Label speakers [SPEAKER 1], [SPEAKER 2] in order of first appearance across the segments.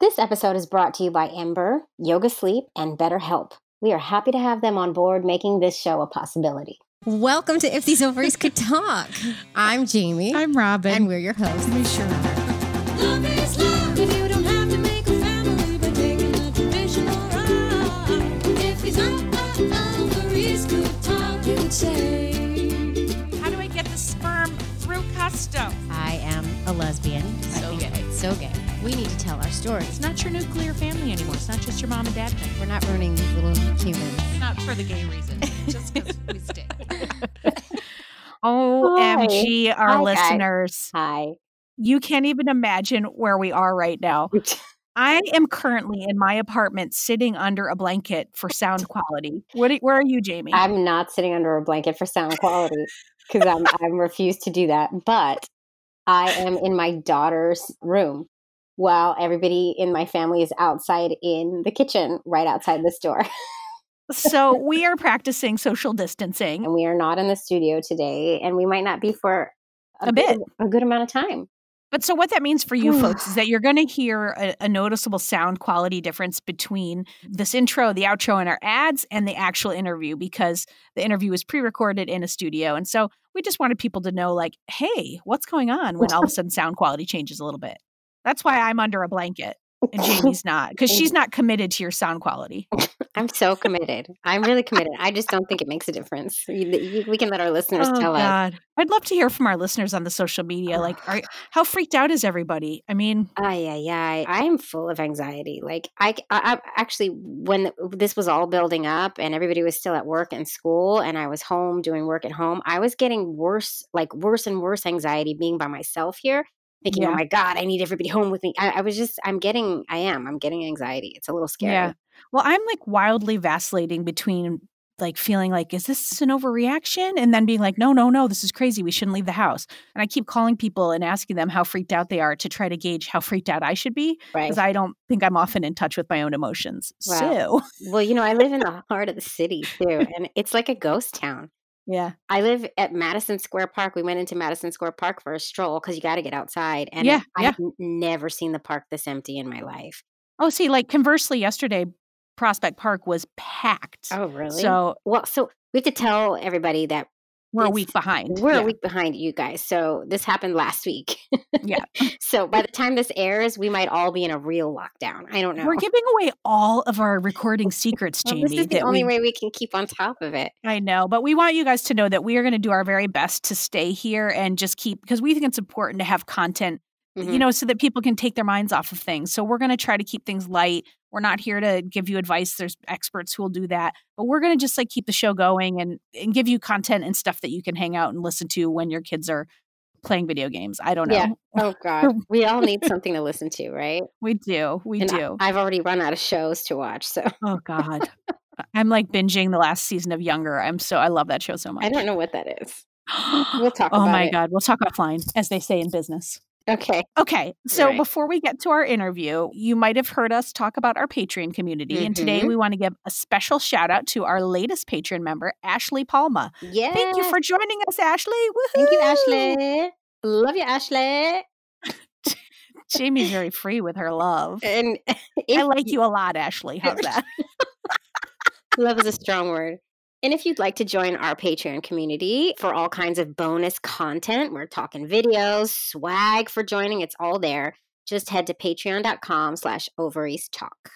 [SPEAKER 1] This episode is brought to you by Ember, Yoga Sleep, and BetterHelp. We are happy to have them on board making this show a possibility.
[SPEAKER 2] Welcome to If These Ovaries Could Talk. I'm Jamie.
[SPEAKER 3] I'm Robin.
[SPEAKER 2] and we're your hosts.
[SPEAKER 3] we sure are.
[SPEAKER 4] Love is love if you don't have to make a family by taking a traditional route. If he's up, up, up, or he's good talk, you'd say.
[SPEAKER 5] How do I get the sperm through custom?
[SPEAKER 2] I am a lesbian. So I think
[SPEAKER 5] gay.
[SPEAKER 2] It's so gay. We need to tell our stories.
[SPEAKER 5] It's not your nuclear family anymore. It's not just your mom and dad thing.
[SPEAKER 2] We're not ruining these little humans.
[SPEAKER 5] Not for the gay reason. Just because we stay.
[SPEAKER 3] OMG, our
[SPEAKER 1] Hi, guys.
[SPEAKER 3] listeners.
[SPEAKER 1] Hi.
[SPEAKER 3] You can't even imagine where we are right now. I am currently in my apartment sitting under a blanket for sound quality. What, are- where are you, Jamie?
[SPEAKER 1] I'm not sitting under a blanket for sound quality because I'm I'm refused to do that. But I am in my daughter's room while everybody in my family is outside in the kitchen right outside this door.
[SPEAKER 3] so we are practicing social distancing.
[SPEAKER 1] And we are not in the studio today and we might not be for
[SPEAKER 3] A bit.
[SPEAKER 1] good- a good amount of time.
[SPEAKER 3] But so what that means for you folks is that you're going to hear a, a noticeable sound quality difference between this intro, the outro, and our ads and the actual interview because the interview is pre-recorded in a studio. And so we just wanted people to know like, hey, what's going on when all of a sudden sound quality changes a little bit. That's why I'm under a blanket and Jamie's not because she's not committed to your sound quality.
[SPEAKER 1] I'm so committed. I'm really committed. I just don't think it makes a difference. You- you- we can let our listeners tell us.
[SPEAKER 3] I'd love to hear from our listeners on the social media. Like, are, how freaked out is everybody? I mean,
[SPEAKER 1] Ay, ay, ay. I am full of anxiety. Like, I, c- I- I- actually, when this was all building up and everybody was still at work and school, and I was home doing work at home, I was getting worse, like, worse and worse anxiety being by myself here, thinking, oh
[SPEAKER 3] Yeah.
[SPEAKER 1] my God, I need everybody home with me. I, I was just, I'm getting, I am, I'm getting anxiety. It's a little scary.
[SPEAKER 3] Yeah. Well, I'm like wildly vacillating between like feeling like, is this an overreaction? And then being like, no, no, no, this is crazy. We shouldn't leave the house. And I keep calling people and asking them how freaked out they are to try to gauge how freaked out I should be
[SPEAKER 1] Right.
[SPEAKER 3] because I don't think I'm often in touch with my own emotions.
[SPEAKER 1] Wow.
[SPEAKER 3] So,
[SPEAKER 1] well, you know, I live in the heart of the city too, and it's like a ghost town.
[SPEAKER 3] yeah.
[SPEAKER 1] I live at Madison Square Park. We went into Madison Square Park for a stroll because you got to get outside. And
[SPEAKER 3] Yeah,
[SPEAKER 1] I
[SPEAKER 3] yeah.
[SPEAKER 1] have n- never seen the park this empty in my life.
[SPEAKER 3] Oh, see, like conversely, yesterday, Prospect Park was packed.
[SPEAKER 1] Oh, really? So,
[SPEAKER 3] So
[SPEAKER 1] well, so we have to tell everybody that
[SPEAKER 3] we're a
[SPEAKER 1] It's-
[SPEAKER 3] week behind.
[SPEAKER 1] we're
[SPEAKER 3] Yeah.
[SPEAKER 1] a week behind you guys. So this happened last week.
[SPEAKER 3] Yeah.
[SPEAKER 1] so by the time this airs, we might all be in a real lockdown. I don't know.
[SPEAKER 3] We're giving away all of our recording secrets,
[SPEAKER 1] Well,
[SPEAKER 3] Jamie.
[SPEAKER 1] this is the
[SPEAKER 3] that
[SPEAKER 1] only
[SPEAKER 3] we
[SPEAKER 1] way we can keep on top of it.
[SPEAKER 3] I know, but we want you guys to know that we are going to do our very best to stay here and just keep because we think it's important to have content, you
[SPEAKER 1] Mhm.
[SPEAKER 3] know, so that people can take their minds off of things. So we're going to try to keep things light. We're not here to give you advice. There's experts who will do that, but we're going to just like keep the show going and and give you content and stuff that you can hang out and listen to when your kids are playing video games. I don't know.
[SPEAKER 1] Yeah. oh, God. We all need something to listen to, right?
[SPEAKER 3] We do. We
[SPEAKER 1] and I-
[SPEAKER 3] do.
[SPEAKER 1] I've already run out of shows to watch. So
[SPEAKER 3] oh god. I'm like binging the last season of Younger. I'm so I love that show so much.
[SPEAKER 1] I don't know what that is. We'll talk
[SPEAKER 3] oh
[SPEAKER 1] about
[SPEAKER 3] my
[SPEAKER 1] it.
[SPEAKER 3] god, we'll talk offline as they say in business.
[SPEAKER 1] Okay.
[SPEAKER 3] Okay, so
[SPEAKER 1] Right.
[SPEAKER 3] before we get to our interview, you might have heard us talk about our Patreon community, and today
[SPEAKER 1] Mm-hmm.
[SPEAKER 3] we want to give a special shout out to our latest Patreon member, Ashley Palma.
[SPEAKER 1] Yeah.
[SPEAKER 3] Thank you for joining us, Ashley. Woohoo!
[SPEAKER 1] Thank you, Ashley. Love you, Ashley.
[SPEAKER 3] Jamie's very free with her love.
[SPEAKER 1] And
[SPEAKER 3] I
[SPEAKER 1] Uh, if-
[SPEAKER 3] like you a lot, Ashley. How's that?
[SPEAKER 1] love is a strong word. And if you'd like to join our Patreon community for all kinds of bonus content, we're talking videos, swag for joining, it's all there. Just head to patreon.com slash ovaries talk.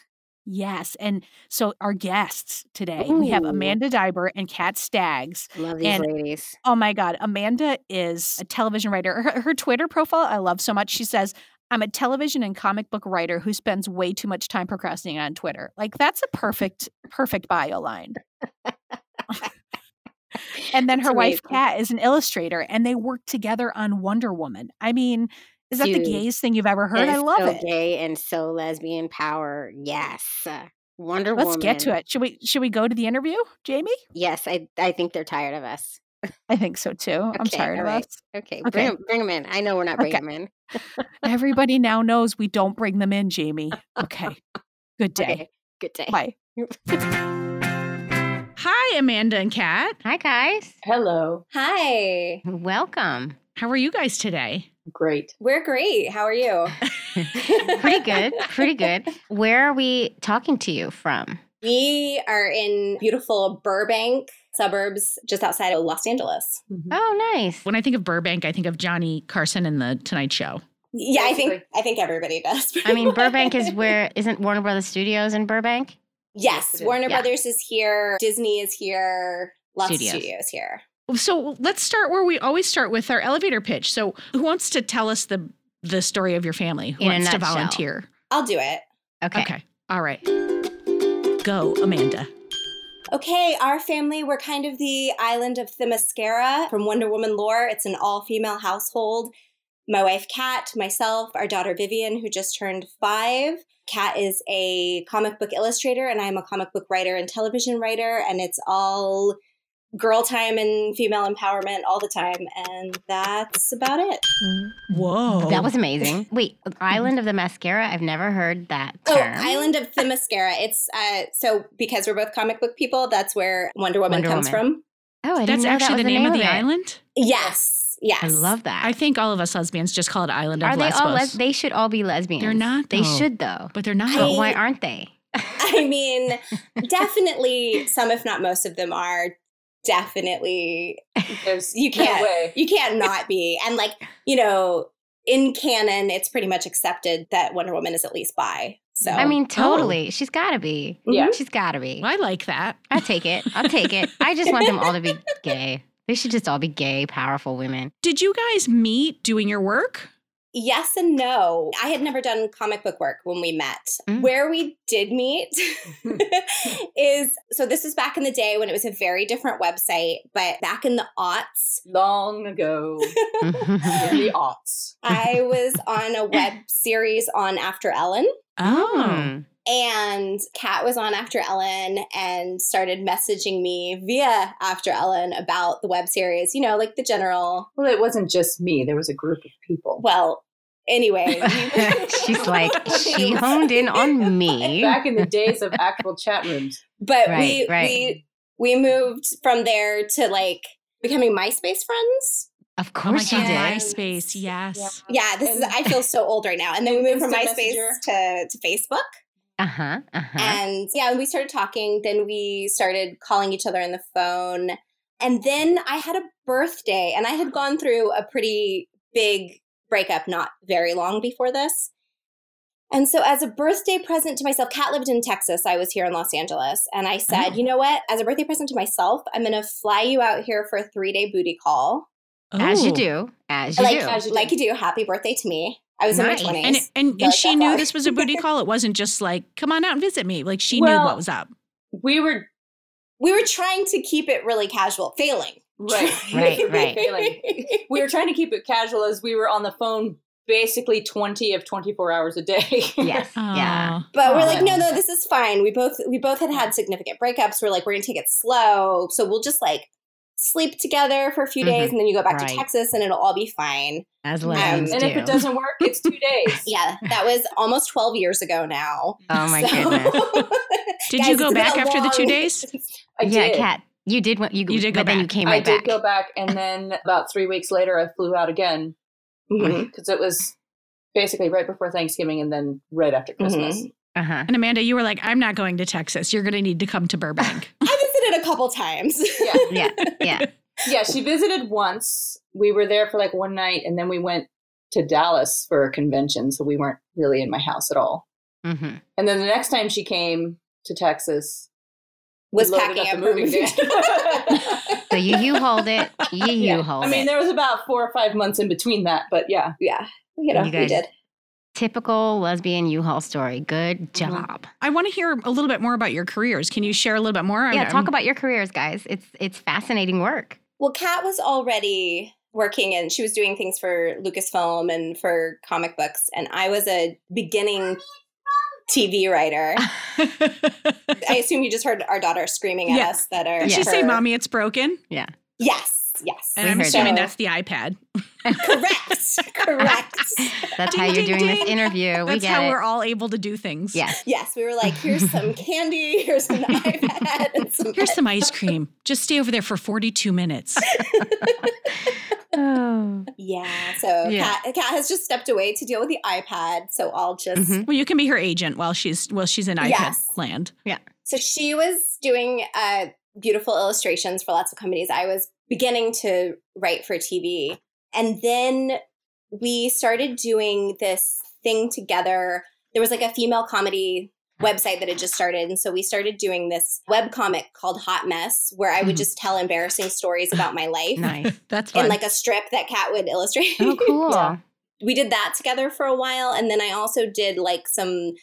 [SPEAKER 3] Yes, and so our guests today we have
[SPEAKER 1] Ooh.
[SPEAKER 3] Amanda Diber and Kat Staggs.
[SPEAKER 1] Love these
[SPEAKER 3] And-
[SPEAKER 1] ladies.
[SPEAKER 3] Oh my God. Amanda is a television writer. Her, her Twitter profile, I love so much. She says, I'm a television and comic book writer who spends way too much time procrastinating on Twitter. Like, that's a perfect, perfect bio line. and then
[SPEAKER 1] That's
[SPEAKER 3] her wife,
[SPEAKER 1] amazing.
[SPEAKER 3] Kat, is an illustrator, and they work together on Wonder Woman. I mean, is that
[SPEAKER 1] Dude,
[SPEAKER 3] the gayest thing you've ever
[SPEAKER 1] That
[SPEAKER 3] heard? I
[SPEAKER 1] is
[SPEAKER 3] love
[SPEAKER 1] so
[SPEAKER 3] it.
[SPEAKER 1] gay and so lesbian power. Yes. Wonder
[SPEAKER 3] Let's
[SPEAKER 1] Woman.
[SPEAKER 3] get to it. Should we should we go to the interview, Jamie?
[SPEAKER 1] Yes, I, I think they're tired of us.
[SPEAKER 3] I think so too. I'm
[SPEAKER 1] Okay,
[SPEAKER 3] tired
[SPEAKER 1] all
[SPEAKER 3] of
[SPEAKER 1] right.
[SPEAKER 3] us.
[SPEAKER 1] Okay, bring
[SPEAKER 3] Okay.
[SPEAKER 1] 'em Bring, them in. I know we're not bringing
[SPEAKER 3] Okay.
[SPEAKER 1] 'em in.
[SPEAKER 3] Everybody now knows we don't bring them in, Jamie. Okay. Good day.
[SPEAKER 1] Okay, good day.
[SPEAKER 3] Bye. Hi, Amanda and Kat.
[SPEAKER 2] Hi, guys.
[SPEAKER 6] Hello.
[SPEAKER 1] Hi.
[SPEAKER 2] Welcome.
[SPEAKER 3] How are you guys today?
[SPEAKER 6] Great. Mm-hmm.
[SPEAKER 7] We're great. How are you?
[SPEAKER 1] pretty good. Pretty good. Where are we talking to you from?
[SPEAKER 7] We are in beautiful Burbank suburbs just outside of Los Angeles.
[SPEAKER 1] Oh, nice.
[SPEAKER 3] When I think of Burbank, I think of Johnny Carson and the Tonight Show.
[SPEAKER 7] Yeah, I think I think everybody does.
[SPEAKER 1] I mean,
[SPEAKER 7] pretty
[SPEAKER 1] Burbank is
[SPEAKER 7] much.
[SPEAKER 1] where isn't Warner Brothers Studios in Burbank?
[SPEAKER 7] Yes, Warner
[SPEAKER 1] Yeah.
[SPEAKER 7] Brothers is here. Disney is here. Lots
[SPEAKER 1] Studios.
[SPEAKER 7] of studios here.
[SPEAKER 3] So let's start where we always start with our elevator pitch. So who wants to tell us the the story of your family? Who
[SPEAKER 1] In a
[SPEAKER 3] wants to
[SPEAKER 1] nutshell.
[SPEAKER 3] volunteer?
[SPEAKER 7] I'll do it.
[SPEAKER 1] Okay.
[SPEAKER 3] okay. All right. Go, Amanda.
[SPEAKER 7] Okay, our family, we're kind of the island of Themyscira from Wonder Woman lore. It's an all female household. My wife, Kat, myself, our daughter, Vivian, who just turned five. Kat is a comic book illustrator, and I'm a comic book writer and television writer, and it's all girl time and female empowerment all the time. And that's about it.
[SPEAKER 3] Whoa.
[SPEAKER 1] That was amazing. Wait, Island of the Mascara? I've never heard that
[SPEAKER 7] Oh,
[SPEAKER 1] term.
[SPEAKER 7] Island of Themyscira. It's uh, so because we're both comic book people, that's where Wonder Woman
[SPEAKER 1] Wonder
[SPEAKER 7] comes
[SPEAKER 1] Woman.
[SPEAKER 7] from.
[SPEAKER 1] Oh, I didn't know
[SPEAKER 3] That's
[SPEAKER 1] that
[SPEAKER 3] actually
[SPEAKER 1] was
[SPEAKER 3] the name of the
[SPEAKER 1] it.
[SPEAKER 3] island.
[SPEAKER 7] Yes, yes.
[SPEAKER 1] I love that.
[SPEAKER 3] I think all of us lesbians just call it Island of
[SPEAKER 1] are they
[SPEAKER 3] Lesbos.
[SPEAKER 1] all? Les- they should all be lesbians.
[SPEAKER 3] They're not,
[SPEAKER 1] They
[SPEAKER 3] though.
[SPEAKER 1] should though.
[SPEAKER 3] but they're not.
[SPEAKER 1] But
[SPEAKER 7] I-
[SPEAKER 1] why aren't they?
[SPEAKER 7] I mean, definitely some, if not most of them are definitely
[SPEAKER 6] There's
[SPEAKER 7] you
[SPEAKER 6] no
[SPEAKER 7] can't
[SPEAKER 6] way.
[SPEAKER 7] you can't not be. And like, you know, in canon it's pretty much accepted that Wonder Woman is at least bi. So
[SPEAKER 3] Oh.
[SPEAKER 1] I mean, totally. She's got to be.
[SPEAKER 6] Yeah.
[SPEAKER 1] She's got to be.
[SPEAKER 3] I like that.
[SPEAKER 1] I'll take it. I'll take it. I just want them all to be gay. They should just all be gay, powerful women.
[SPEAKER 3] Did you guys meet doing your work?
[SPEAKER 7] yes and no. I had never done comic book work when we met.
[SPEAKER 1] Mm.
[SPEAKER 7] Where we did meet is so this is back in the day when it was a very different website, but back in the aughts,
[SPEAKER 6] Long ago.
[SPEAKER 1] oh,
[SPEAKER 6] in the aughts.
[SPEAKER 7] I was on a web series on After Ellen.
[SPEAKER 3] Oh.
[SPEAKER 1] Mm.
[SPEAKER 3] Hmm.
[SPEAKER 7] And Kat was on After Ellen and started messaging me via After Ellen about the web series, you know, like the general,
[SPEAKER 6] Well, it wasn't just me. There was a group of people.
[SPEAKER 7] well, anyway. we-
[SPEAKER 1] she's like she honed in on me.
[SPEAKER 6] Back in the days of actual chat rooms.
[SPEAKER 7] But we,
[SPEAKER 1] Right, right.
[SPEAKER 7] we we moved from there to like becoming MySpace friends.
[SPEAKER 1] Of course
[SPEAKER 3] oh my
[SPEAKER 1] you
[SPEAKER 3] God,
[SPEAKER 1] did.
[SPEAKER 3] MySpace, yes.
[SPEAKER 7] Yeah, this is
[SPEAKER 6] Oh, And-
[SPEAKER 7] I feel so old right now. And then we moved from
[SPEAKER 6] Instant
[SPEAKER 7] MySpace
[SPEAKER 6] Messenger.
[SPEAKER 7] to, to Facebook.
[SPEAKER 1] Uh huh. Uh
[SPEAKER 8] Uh-huh.
[SPEAKER 1] huh.
[SPEAKER 7] And yeah, when we started talking, then we started calling each other on the phone. And then I had a birthday and I had gone through a pretty big breakup not very long before this. And so, as a birthday present to myself, Kat lived in Texas. I was here in Los Angeles. And I said, you know what? As a birthday present to myself, I'm going to fly you out here for a three day booty call.
[SPEAKER 1] As you
[SPEAKER 3] Oh.
[SPEAKER 1] do. As you
[SPEAKER 7] like,
[SPEAKER 1] do.
[SPEAKER 7] you like you do. Happy birthday to me. I was
[SPEAKER 1] Nice.
[SPEAKER 7] in my 20s.
[SPEAKER 3] And and,
[SPEAKER 7] Yeah,
[SPEAKER 3] and
[SPEAKER 7] like
[SPEAKER 3] she
[SPEAKER 7] that
[SPEAKER 3] knew
[SPEAKER 7] one.
[SPEAKER 3] this was a booty call. It wasn't just like, come on out and visit me. Like she knew
[SPEAKER 6] Well,
[SPEAKER 3] what was up.
[SPEAKER 6] We were
[SPEAKER 7] we were trying to keep it really casual, failing.
[SPEAKER 6] right.
[SPEAKER 1] Right, right.
[SPEAKER 6] we were trying to keep it casual as we were on the phone basically 20 of 24 hours a day.
[SPEAKER 1] yes. Yeah.
[SPEAKER 3] Oh.
[SPEAKER 7] But we're
[SPEAKER 6] Oh.
[SPEAKER 7] like, no, no, this is fine. We both we both had had significant breakups. We're like, we're gonna take it slow, so we'll just like sleep together for a few
[SPEAKER 3] Mm-hmm.
[SPEAKER 7] days, and then you go back
[SPEAKER 1] Right.
[SPEAKER 7] to Texas, and it'll all be fine.
[SPEAKER 1] As
[SPEAKER 6] Um, and
[SPEAKER 1] lesbians do.
[SPEAKER 6] if it doesn't work, it's two days.
[SPEAKER 7] Yeah, that was almost twelve years ago now.
[SPEAKER 1] oh my
[SPEAKER 7] So-
[SPEAKER 1] goodness.
[SPEAKER 3] Did
[SPEAKER 7] Guys,
[SPEAKER 3] you go
[SPEAKER 7] it's been
[SPEAKER 3] back
[SPEAKER 7] a
[SPEAKER 3] after the two
[SPEAKER 7] long-
[SPEAKER 3] days?
[SPEAKER 6] I
[SPEAKER 1] yeah,
[SPEAKER 6] did.
[SPEAKER 1] Kat, you did. What, you,
[SPEAKER 3] You did go
[SPEAKER 1] but then you
[SPEAKER 3] back.
[SPEAKER 1] came
[SPEAKER 6] I
[SPEAKER 1] right
[SPEAKER 6] did
[SPEAKER 1] back.
[SPEAKER 6] go back, and then about three weeks later, I flew out again
[SPEAKER 3] Mm-hmm.
[SPEAKER 7] Mhm.
[SPEAKER 6] because it was basically right before Thanksgiving and then right after
[SPEAKER 3] Mm-hmm.
[SPEAKER 6] Christmas.
[SPEAKER 1] Uh huh.
[SPEAKER 3] And Amanda, you were like, I'm not going to Texas. You're going to need to come to Burbank.
[SPEAKER 7] I visited a couple times.
[SPEAKER 6] Yeah,
[SPEAKER 1] Yeah. Yeah.
[SPEAKER 6] yeah. She visited once. We were there for like one night, and then we went to Dallas for a convention, so we weren't really in my house at all.
[SPEAKER 1] Mm-hmm.
[SPEAKER 6] And then the next time she came to Texas,
[SPEAKER 7] Was
[SPEAKER 6] loaded
[SPEAKER 7] packing
[SPEAKER 6] up
[SPEAKER 7] up
[SPEAKER 6] the
[SPEAKER 7] her
[SPEAKER 6] moving
[SPEAKER 7] moving
[SPEAKER 6] van.
[SPEAKER 1] So you you hold it. You
[SPEAKER 6] Yeah.
[SPEAKER 1] you hold
[SPEAKER 6] I mean,
[SPEAKER 1] it.
[SPEAKER 6] there was about four or five months in between that, but yeah.
[SPEAKER 7] yeah, you know,
[SPEAKER 1] You
[SPEAKER 7] we
[SPEAKER 1] guys-
[SPEAKER 7] did.
[SPEAKER 1] Typical lesbian U-Haul story. Good job.
[SPEAKER 3] I want to hear a little bit more about your careers. Can you share a little bit more? I'm-
[SPEAKER 1] Yeah,
[SPEAKER 3] I'm-
[SPEAKER 1] talk about your careers, guys. It's it's fascinating work.
[SPEAKER 7] Well, Kat was already working and she was doing things for Lucasfilm and for comic books, and I was a beginning TV writer. I assume you just heard our daughter screaming at
[SPEAKER 3] Yeah.
[SPEAKER 7] us that are.
[SPEAKER 3] Did she say,
[SPEAKER 7] her-
[SPEAKER 3] Mommy, it's broken?
[SPEAKER 7] Yes, yes.
[SPEAKER 3] And
[SPEAKER 1] We
[SPEAKER 3] I'm
[SPEAKER 1] heard
[SPEAKER 3] assuming
[SPEAKER 7] that.
[SPEAKER 3] that's the iPad.
[SPEAKER 7] correct, correct.
[SPEAKER 1] That's
[SPEAKER 3] Ding,
[SPEAKER 1] how you're
[SPEAKER 3] ding,
[SPEAKER 1] doing this
[SPEAKER 3] ding.
[SPEAKER 1] interview. we
[SPEAKER 3] That's
[SPEAKER 1] get
[SPEAKER 3] how
[SPEAKER 1] it.
[SPEAKER 3] we're all able to do things.
[SPEAKER 1] yes.
[SPEAKER 7] Yes, we were like, here's some candy, here's an iPad, and some.
[SPEAKER 3] Here's some ice cream. Just stay over there for 42 minutes.
[SPEAKER 9] Oh.
[SPEAKER 7] Yeah. So
[SPEAKER 3] Yeah.
[SPEAKER 7] Kat, Kat has just stepped away to deal with the iPad. So I'll just.
[SPEAKER 9] Mhm.
[SPEAKER 3] Well, you can be her agent while she's while she's in iPad
[SPEAKER 7] Yes.
[SPEAKER 3] land.
[SPEAKER 7] So she was doing uh, beautiful illustrations for lots of companies. I was beginning to write for TV. And then we started doing this thing together. There was like a female comedy website that had just started. And so we started doing this webcomic called Hot Mess, where I would
[SPEAKER 3] Mhm.
[SPEAKER 7] just tell embarrassing stories about my life
[SPEAKER 9] Mm-hmm. Nice.
[SPEAKER 3] That's
[SPEAKER 7] in
[SPEAKER 3] fun.
[SPEAKER 7] like a strip that Kat would illustrate.
[SPEAKER 9] Oh, cool.
[SPEAKER 7] Yeah. we did that together for a while and then i also did like some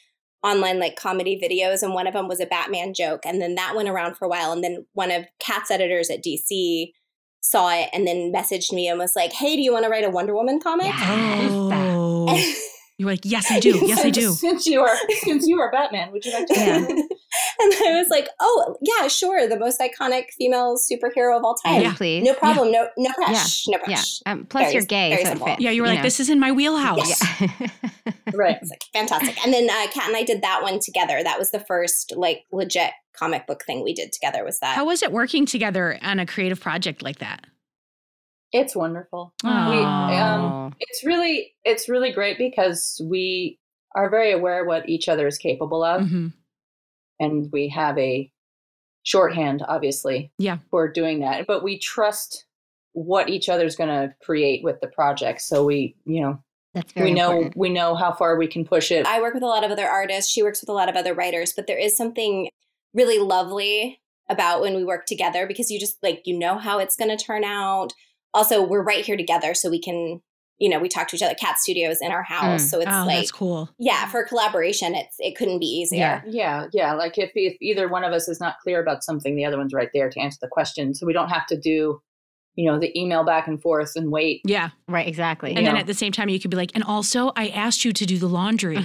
[SPEAKER 7] online like comedy videos and one of them was a batman joke and then that went around for a while and then one of cat's editors at dc saw it and then messaged me and was like hey do you want to write a wonder woman comic
[SPEAKER 9] Yes.
[SPEAKER 3] oh. You're like, yes, I do. Yes, I do.
[SPEAKER 6] Since you are since you are Batman, would you like to?
[SPEAKER 9] Yeah.
[SPEAKER 7] and i was like oh yeah sure the most iconic female superhero of all time
[SPEAKER 9] And please.
[SPEAKER 7] no problem no no press no
[SPEAKER 9] Yeah.
[SPEAKER 7] press
[SPEAKER 9] Um, plus,
[SPEAKER 7] Very-
[SPEAKER 9] you're gay,
[SPEAKER 7] very
[SPEAKER 9] so it
[SPEAKER 7] simple.
[SPEAKER 9] fits.
[SPEAKER 3] Yeah, you were like,
[SPEAKER 9] know.
[SPEAKER 3] this is in my wheelhouse.
[SPEAKER 7] Yes.
[SPEAKER 9] Yeah.
[SPEAKER 6] Right.
[SPEAKER 7] It's like fantastic. And then uh, Kat and I did that one together. That was the first like legit comic book thing we did together. Was that
[SPEAKER 3] How was it working together on a creative project like that?
[SPEAKER 6] It's wonderful.
[SPEAKER 1] Oh,
[SPEAKER 6] um, It's really it's really great because we are very aware what each other is capable of,
[SPEAKER 3] Mhm.
[SPEAKER 6] and we have a shorthand, obviously.
[SPEAKER 3] Yeah.
[SPEAKER 6] for doing that, but we trust what each other's going to create with the project, so we you know
[SPEAKER 9] That's very
[SPEAKER 6] we know
[SPEAKER 9] important.
[SPEAKER 6] we know how far we can push it.
[SPEAKER 7] I work with a lot of other artists. She works with a lot of other writers, but there is something really lovely about when we work together because you just like, you know how it's going to turn out. Also, we're right here together, so we can, you know, we talk to each other. Cat Studios in our house, so it's
[SPEAKER 3] oh,
[SPEAKER 7] like,
[SPEAKER 3] that's cool.
[SPEAKER 7] yeah, for collaboration, it's it couldn't be easier.
[SPEAKER 9] Yeah.
[SPEAKER 6] yeah, yeah. Like if, if either one of us is not clear about something, the other one's right there to answer the question, so we don't have to do you know the email back and forth and wait.
[SPEAKER 3] Yeah.
[SPEAKER 9] Right, exactly.
[SPEAKER 3] And then
[SPEAKER 6] Yeah.
[SPEAKER 3] at the same time, you could be like, and also, I asked you to do the laundry.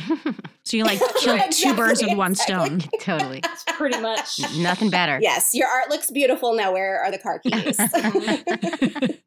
[SPEAKER 3] So you like killed two birds with
[SPEAKER 7] Exactly,
[SPEAKER 3] one
[SPEAKER 7] exactly.
[SPEAKER 3] stone.
[SPEAKER 9] totally.
[SPEAKER 6] That's pretty much.
[SPEAKER 9] Nothing better.
[SPEAKER 7] Yes, your art looks beautiful. Now, where are the car keys?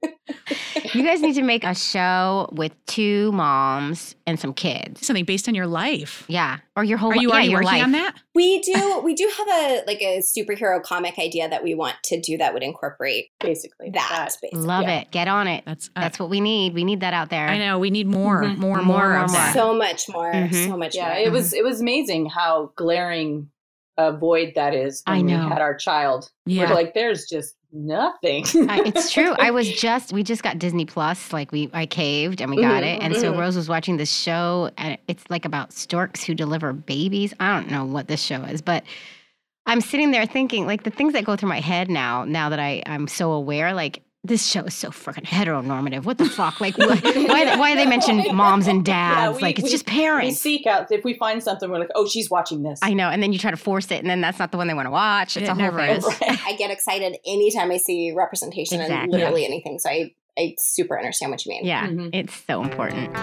[SPEAKER 9] You guys need to make a show with two moms and some kids.
[SPEAKER 3] Something based on your life.
[SPEAKER 9] Yeah. Or your whole
[SPEAKER 3] Are you
[SPEAKER 9] yeah,
[SPEAKER 3] already
[SPEAKER 9] your
[SPEAKER 3] working
[SPEAKER 9] life.
[SPEAKER 3] on that?
[SPEAKER 7] we do we do have a like a superhero comic idea that we want to do that would incorporate
[SPEAKER 6] basically
[SPEAKER 7] that. basically.
[SPEAKER 9] Love
[SPEAKER 6] Yeah.
[SPEAKER 9] it. Get on it.
[SPEAKER 3] That's, uh,
[SPEAKER 9] That's what we need. We need that out there.
[SPEAKER 3] I know. We need more,
[SPEAKER 6] Mhm.
[SPEAKER 3] more, more,
[SPEAKER 9] More,
[SPEAKER 3] of
[SPEAKER 9] more,
[SPEAKER 3] that. Mm-hmm.
[SPEAKER 7] so much more
[SPEAKER 9] Mhm.
[SPEAKER 7] so much
[SPEAKER 6] yeah
[SPEAKER 7] more
[SPEAKER 6] it was it was amazing how glaring a void that is when
[SPEAKER 9] I know.
[SPEAKER 6] we had our child
[SPEAKER 3] yeah.
[SPEAKER 6] we're like there's just nothing
[SPEAKER 9] I, it's true. I was just we just got Disney Plus. Like we, I caved and we got it. And so
[SPEAKER 7] mhm.
[SPEAKER 9] Rose was watching this show, and it's like about storks who deliver babies. I don't know what this show is, but I'm sitting there thinking like the things that go through my head now. Now that I I'm so aware, like. This show is so freaking heteronormative. What the fuck? Like, wh- why, why they mention moms and dads?
[SPEAKER 6] we-
[SPEAKER 9] like, it's
[SPEAKER 6] we-
[SPEAKER 9] just
[SPEAKER 6] we
[SPEAKER 9] parents.
[SPEAKER 6] seek out if we find something we're like oh she's watching this
[SPEAKER 9] I know. And then you try to force it, and then that's not the one they want to watch. It's
[SPEAKER 3] It
[SPEAKER 9] a whole
[SPEAKER 3] never
[SPEAKER 9] thing.
[SPEAKER 3] is.
[SPEAKER 7] i get excited anytime i see representation in
[SPEAKER 9] Exactly.
[SPEAKER 7] literally anything so i i super understand what you mean
[SPEAKER 9] Yeah,
[SPEAKER 6] Mhm.
[SPEAKER 9] it's so important.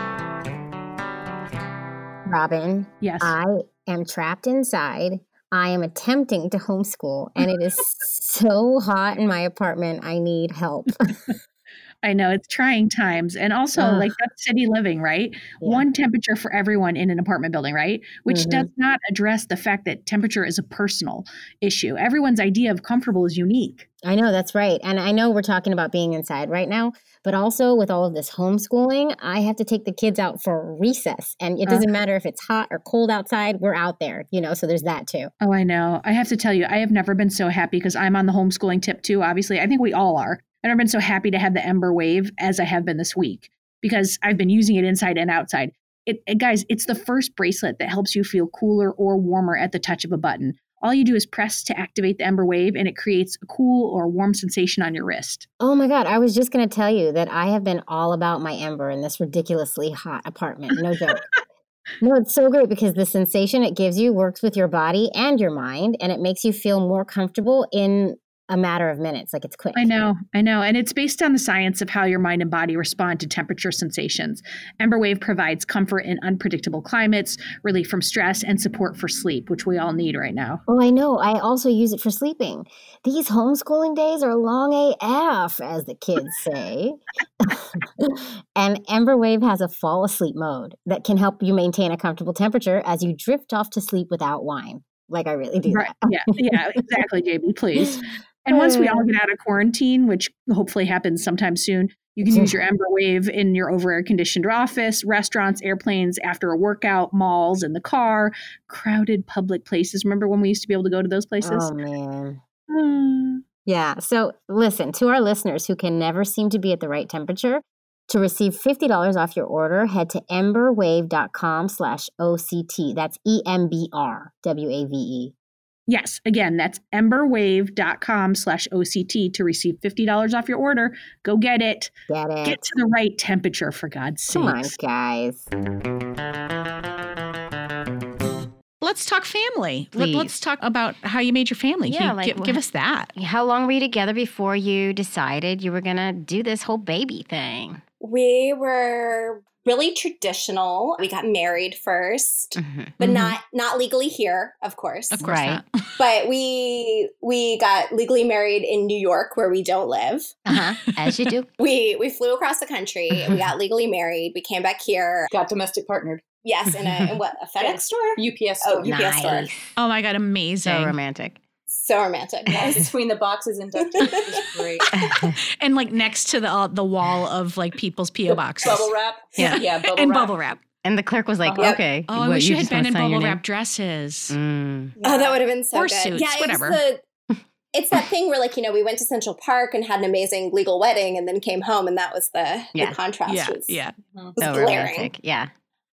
[SPEAKER 8] Robin,
[SPEAKER 3] yes.
[SPEAKER 9] Uh,
[SPEAKER 8] I am trapped inside. I am attempting to homeschool, and it is so hot in my apartment. I need help.
[SPEAKER 3] I know it's trying times. And also,
[SPEAKER 8] Ugh.
[SPEAKER 3] like that's city living, right? One temperature for everyone in an apartment building, right? Which
[SPEAKER 9] Mm-hmm.
[SPEAKER 8] Mhm.
[SPEAKER 3] does not address the fact that temperature is a personal issue. Everyone's idea of comfortable is unique.
[SPEAKER 8] I know that's right. And I know we're talking about being inside right now, but also with all of this homeschooling, I have to take the kids out for recess. And it
[SPEAKER 3] Uh.
[SPEAKER 8] doesn't matter if it's hot or cold outside, we're out there, you know, so there's that too.
[SPEAKER 3] Oh, I know. I have to tell you, I have never been so happy because I'm on the homeschooling tip too. Obviously, I think we all are. I've never been so happy to have the Ember Wave as I have been this week because I've been using it inside and outside. It, it- guys, it's the first bracelet that helps you feel cooler or warmer at the touch of a button. All you do is press to activate the Ember Wave, and it creates a cool or warm sensation on your wrist.
[SPEAKER 8] Oh my God, I was just going to tell you that I have been all about my ember in this ridiculously hot apartment. No joke. No, it's so great because the sensation it gives you works with your body and your mind, and it makes you feel more comfortable in a matter of minutes. Like it's quick.
[SPEAKER 3] I know, I know. And it's based on the science of how your mind and body respond to temperature sensations. Emberwave provides comfort in unpredictable climates, relief from stress, and support for sleep, which we all need right now.
[SPEAKER 8] Oh, I know. I also use it for sleeping. These homeschooling days are long AF, as the kids say. and Ember Wave has a fall asleep mode that can help you maintain a comfortable temperature as you drift off to sleep without wine. Like I really do.
[SPEAKER 3] Right. Yeah, yeah, exactly, JB, please. And once we all get out of quarantine, which hopefully happens sometime soon,
[SPEAKER 5] You can use your ember wave in your over air conditioned office, restaurants, airplanes, after a workout, malls, in the car, crowded public places. Remember when we used to be able to go to those places?
[SPEAKER 2] Oh
[SPEAKER 8] Um,
[SPEAKER 2] man.
[SPEAKER 3] Ah.
[SPEAKER 5] Hmm.
[SPEAKER 2] Yeah. So listen to our listeners who can never seem to be at the right temperature. To receive $50 off your order, head to emberwave.com slash OCT. That's E M B R W A V E.
[SPEAKER 5] Yes, again, that's emberwave.com slash OCT to receive $50 off your order. Go get it.
[SPEAKER 2] Get it?
[SPEAKER 5] Get to the right temperature, for God's
[SPEAKER 2] Come on,
[SPEAKER 5] sake.
[SPEAKER 2] guys.
[SPEAKER 3] Let's talk family. Let,
[SPEAKER 8] Please.
[SPEAKER 3] let's talk about how you made your family. Can
[SPEAKER 8] Yeah,
[SPEAKER 3] you
[SPEAKER 8] like
[SPEAKER 3] give,
[SPEAKER 8] what-
[SPEAKER 3] give us that.
[SPEAKER 8] How long were you together before you decided you were going to do this whole baby thing?
[SPEAKER 7] We were really traditional. We got married first,
[SPEAKER 8] Mhm.
[SPEAKER 7] but
[SPEAKER 3] Mhm.
[SPEAKER 7] not not legally here, of course.
[SPEAKER 3] Of course
[SPEAKER 8] Right.
[SPEAKER 3] not.
[SPEAKER 7] But we we got legally married in New York where we don't live.
[SPEAKER 8] Uh-huh. As you do.
[SPEAKER 7] We we flew across the country. We got legally married. We came back here.
[SPEAKER 6] Got domestic partnered.
[SPEAKER 7] Yes, in a in what a FedEx store?
[SPEAKER 6] UPS
[SPEAKER 7] Oh,
[SPEAKER 6] store.
[SPEAKER 7] you- UPS store.
[SPEAKER 8] nice.
[SPEAKER 3] Oh my God, amazing.
[SPEAKER 8] So romantic.
[SPEAKER 7] So romantic. Yes.
[SPEAKER 6] Between the boxes and duct tape. It was great.
[SPEAKER 3] and like next to the uh, the wall of like people's PO boxes
[SPEAKER 6] Bubble wrap.
[SPEAKER 3] Yeah.
[SPEAKER 6] Yeah. Bubble
[SPEAKER 3] and
[SPEAKER 6] wrap.
[SPEAKER 3] bubble wrap.
[SPEAKER 8] and the clerk was like,
[SPEAKER 6] Uh-huh.
[SPEAKER 8] okay.
[SPEAKER 3] Oh, I
[SPEAKER 8] what,
[SPEAKER 3] wish you had
[SPEAKER 8] just
[SPEAKER 3] been
[SPEAKER 8] wanna
[SPEAKER 3] in
[SPEAKER 8] sign your
[SPEAKER 3] bubble
[SPEAKER 8] name?
[SPEAKER 3] wrap dresses.
[SPEAKER 8] Mm.
[SPEAKER 7] Oh, that would have been so
[SPEAKER 3] Or
[SPEAKER 7] good.
[SPEAKER 3] suits,
[SPEAKER 7] yeah, it was
[SPEAKER 3] whatever.
[SPEAKER 7] the- it's that thing where, like, you know, we went to Central Park and had an amazing legal wedding, and then came home, and that was the,
[SPEAKER 8] Yeah.
[SPEAKER 7] the contrast.
[SPEAKER 3] Yeah,
[SPEAKER 7] was,
[SPEAKER 3] yeah.
[SPEAKER 7] was
[SPEAKER 8] So
[SPEAKER 7] glaring.
[SPEAKER 8] romantic. Yeah.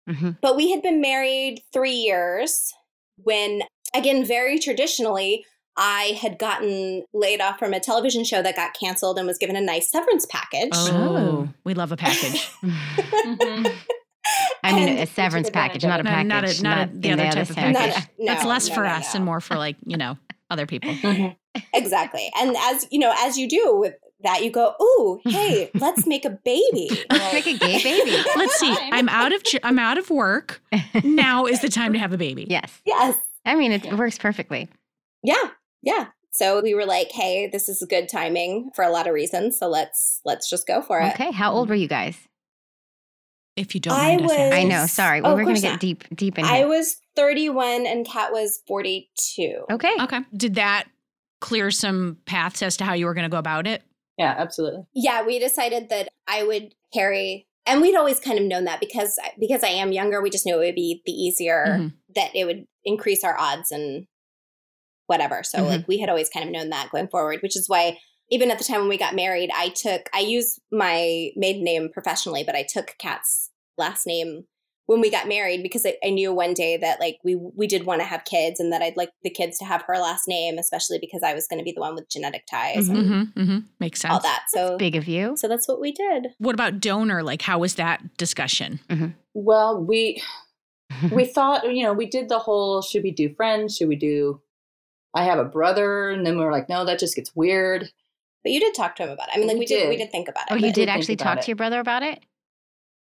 [SPEAKER 8] hmm
[SPEAKER 7] But we had been married three years when, again, very traditionally, I had gotten laid off from a television show that got canceled and was given a nice severance package.
[SPEAKER 3] Oh, we love a package.
[SPEAKER 6] Mhm.
[SPEAKER 8] I mean,
[SPEAKER 7] And
[SPEAKER 8] a
[SPEAKER 7] we took
[SPEAKER 8] severance
[SPEAKER 6] advantage
[SPEAKER 8] package,
[SPEAKER 6] of
[SPEAKER 8] not a
[SPEAKER 3] it.
[SPEAKER 8] package.
[SPEAKER 3] No, not a- not a- the
[SPEAKER 8] in
[SPEAKER 3] other type of
[SPEAKER 7] Not-
[SPEAKER 3] package. That's
[SPEAKER 7] no,
[SPEAKER 3] less
[SPEAKER 7] no,
[SPEAKER 3] for
[SPEAKER 7] no,
[SPEAKER 3] us
[SPEAKER 7] no.
[SPEAKER 3] and more for like you know other people.
[SPEAKER 6] Mhm.
[SPEAKER 7] Exactly. And as you know, as you do with that, you go, "Ooh, hey, let's make a baby."
[SPEAKER 8] Let's make a gay baby.
[SPEAKER 3] Let's see. I'm out of j- I'm out of work. Now is the time to have a baby.
[SPEAKER 8] yes.
[SPEAKER 7] yes.
[SPEAKER 8] I mean, it works perfectly.
[SPEAKER 7] Yeah. Yeah. So we were like, "Hey, this is good timing for a lot of reasons. So let's let's just go for it."
[SPEAKER 8] Okay. How old were you guys?
[SPEAKER 3] If you don't,
[SPEAKER 7] I
[SPEAKER 3] mind us asking.
[SPEAKER 8] I
[SPEAKER 7] was-
[SPEAKER 8] know. Sorry. We
[SPEAKER 7] Oh, of
[SPEAKER 8] were going
[SPEAKER 7] course
[SPEAKER 8] to get
[SPEAKER 7] not.
[SPEAKER 8] deep, deep in
[SPEAKER 7] I
[SPEAKER 8] here.
[SPEAKER 7] was 31 and Kat was 42.
[SPEAKER 8] okay.
[SPEAKER 3] Okay. Did that clear some paths as to how you were going to go about it?
[SPEAKER 6] Yeah, absolutely.
[SPEAKER 7] Yeah, we decided that I would carry and we'd always kind of known that because because I am younger, we just knew it would be the easier
[SPEAKER 3] Mhm.
[SPEAKER 7] that it would increase our odds and whatever. So
[SPEAKER 3] Mhm.
[SPEAKER 7] like we had always kind of known that going forward, which is why even at the time when we got married, I took I use my maiden name professionally, but I took Kat's last name when we got married because I, I knew one day that like we we did want to have kids and that I'd like the kids to have her last name, especially because I was going to be the one with genetic ties and
[SPEAKER 3] Mm-hmm, mm-hmm. Makes sense.
[SPEAKER 7] all that. So
[SPEAKER 8] Big of you.
[SPEAKER 7] so that's what we did.
[SPEAKER 3] What about donor? Like, how was that discussion?
[SPEAKER 6] Well, we we thought you know we did the whole should we do friends? Should we do? I have a brother, and then we were like, no, that just gets weird.
[SPEAKER 7] But you did talk to him about it. I mean, like
[SPEAKER 6] We
[SPEAKER 7] we did, we
[SPEAKER 6] did.
[SPEAKER 7] did think about it.
[SPEAKER 8] oh, you
[SPEAKER 7] but-
[SPEAKER 8] did
[SPEAKER 6] think
[SPEAKER 8] actually
[SPEAKER 6] about
[SPEAKER 8] talk
[SPEAKER 6] it.
[SPEAKER 8] to your brother about it?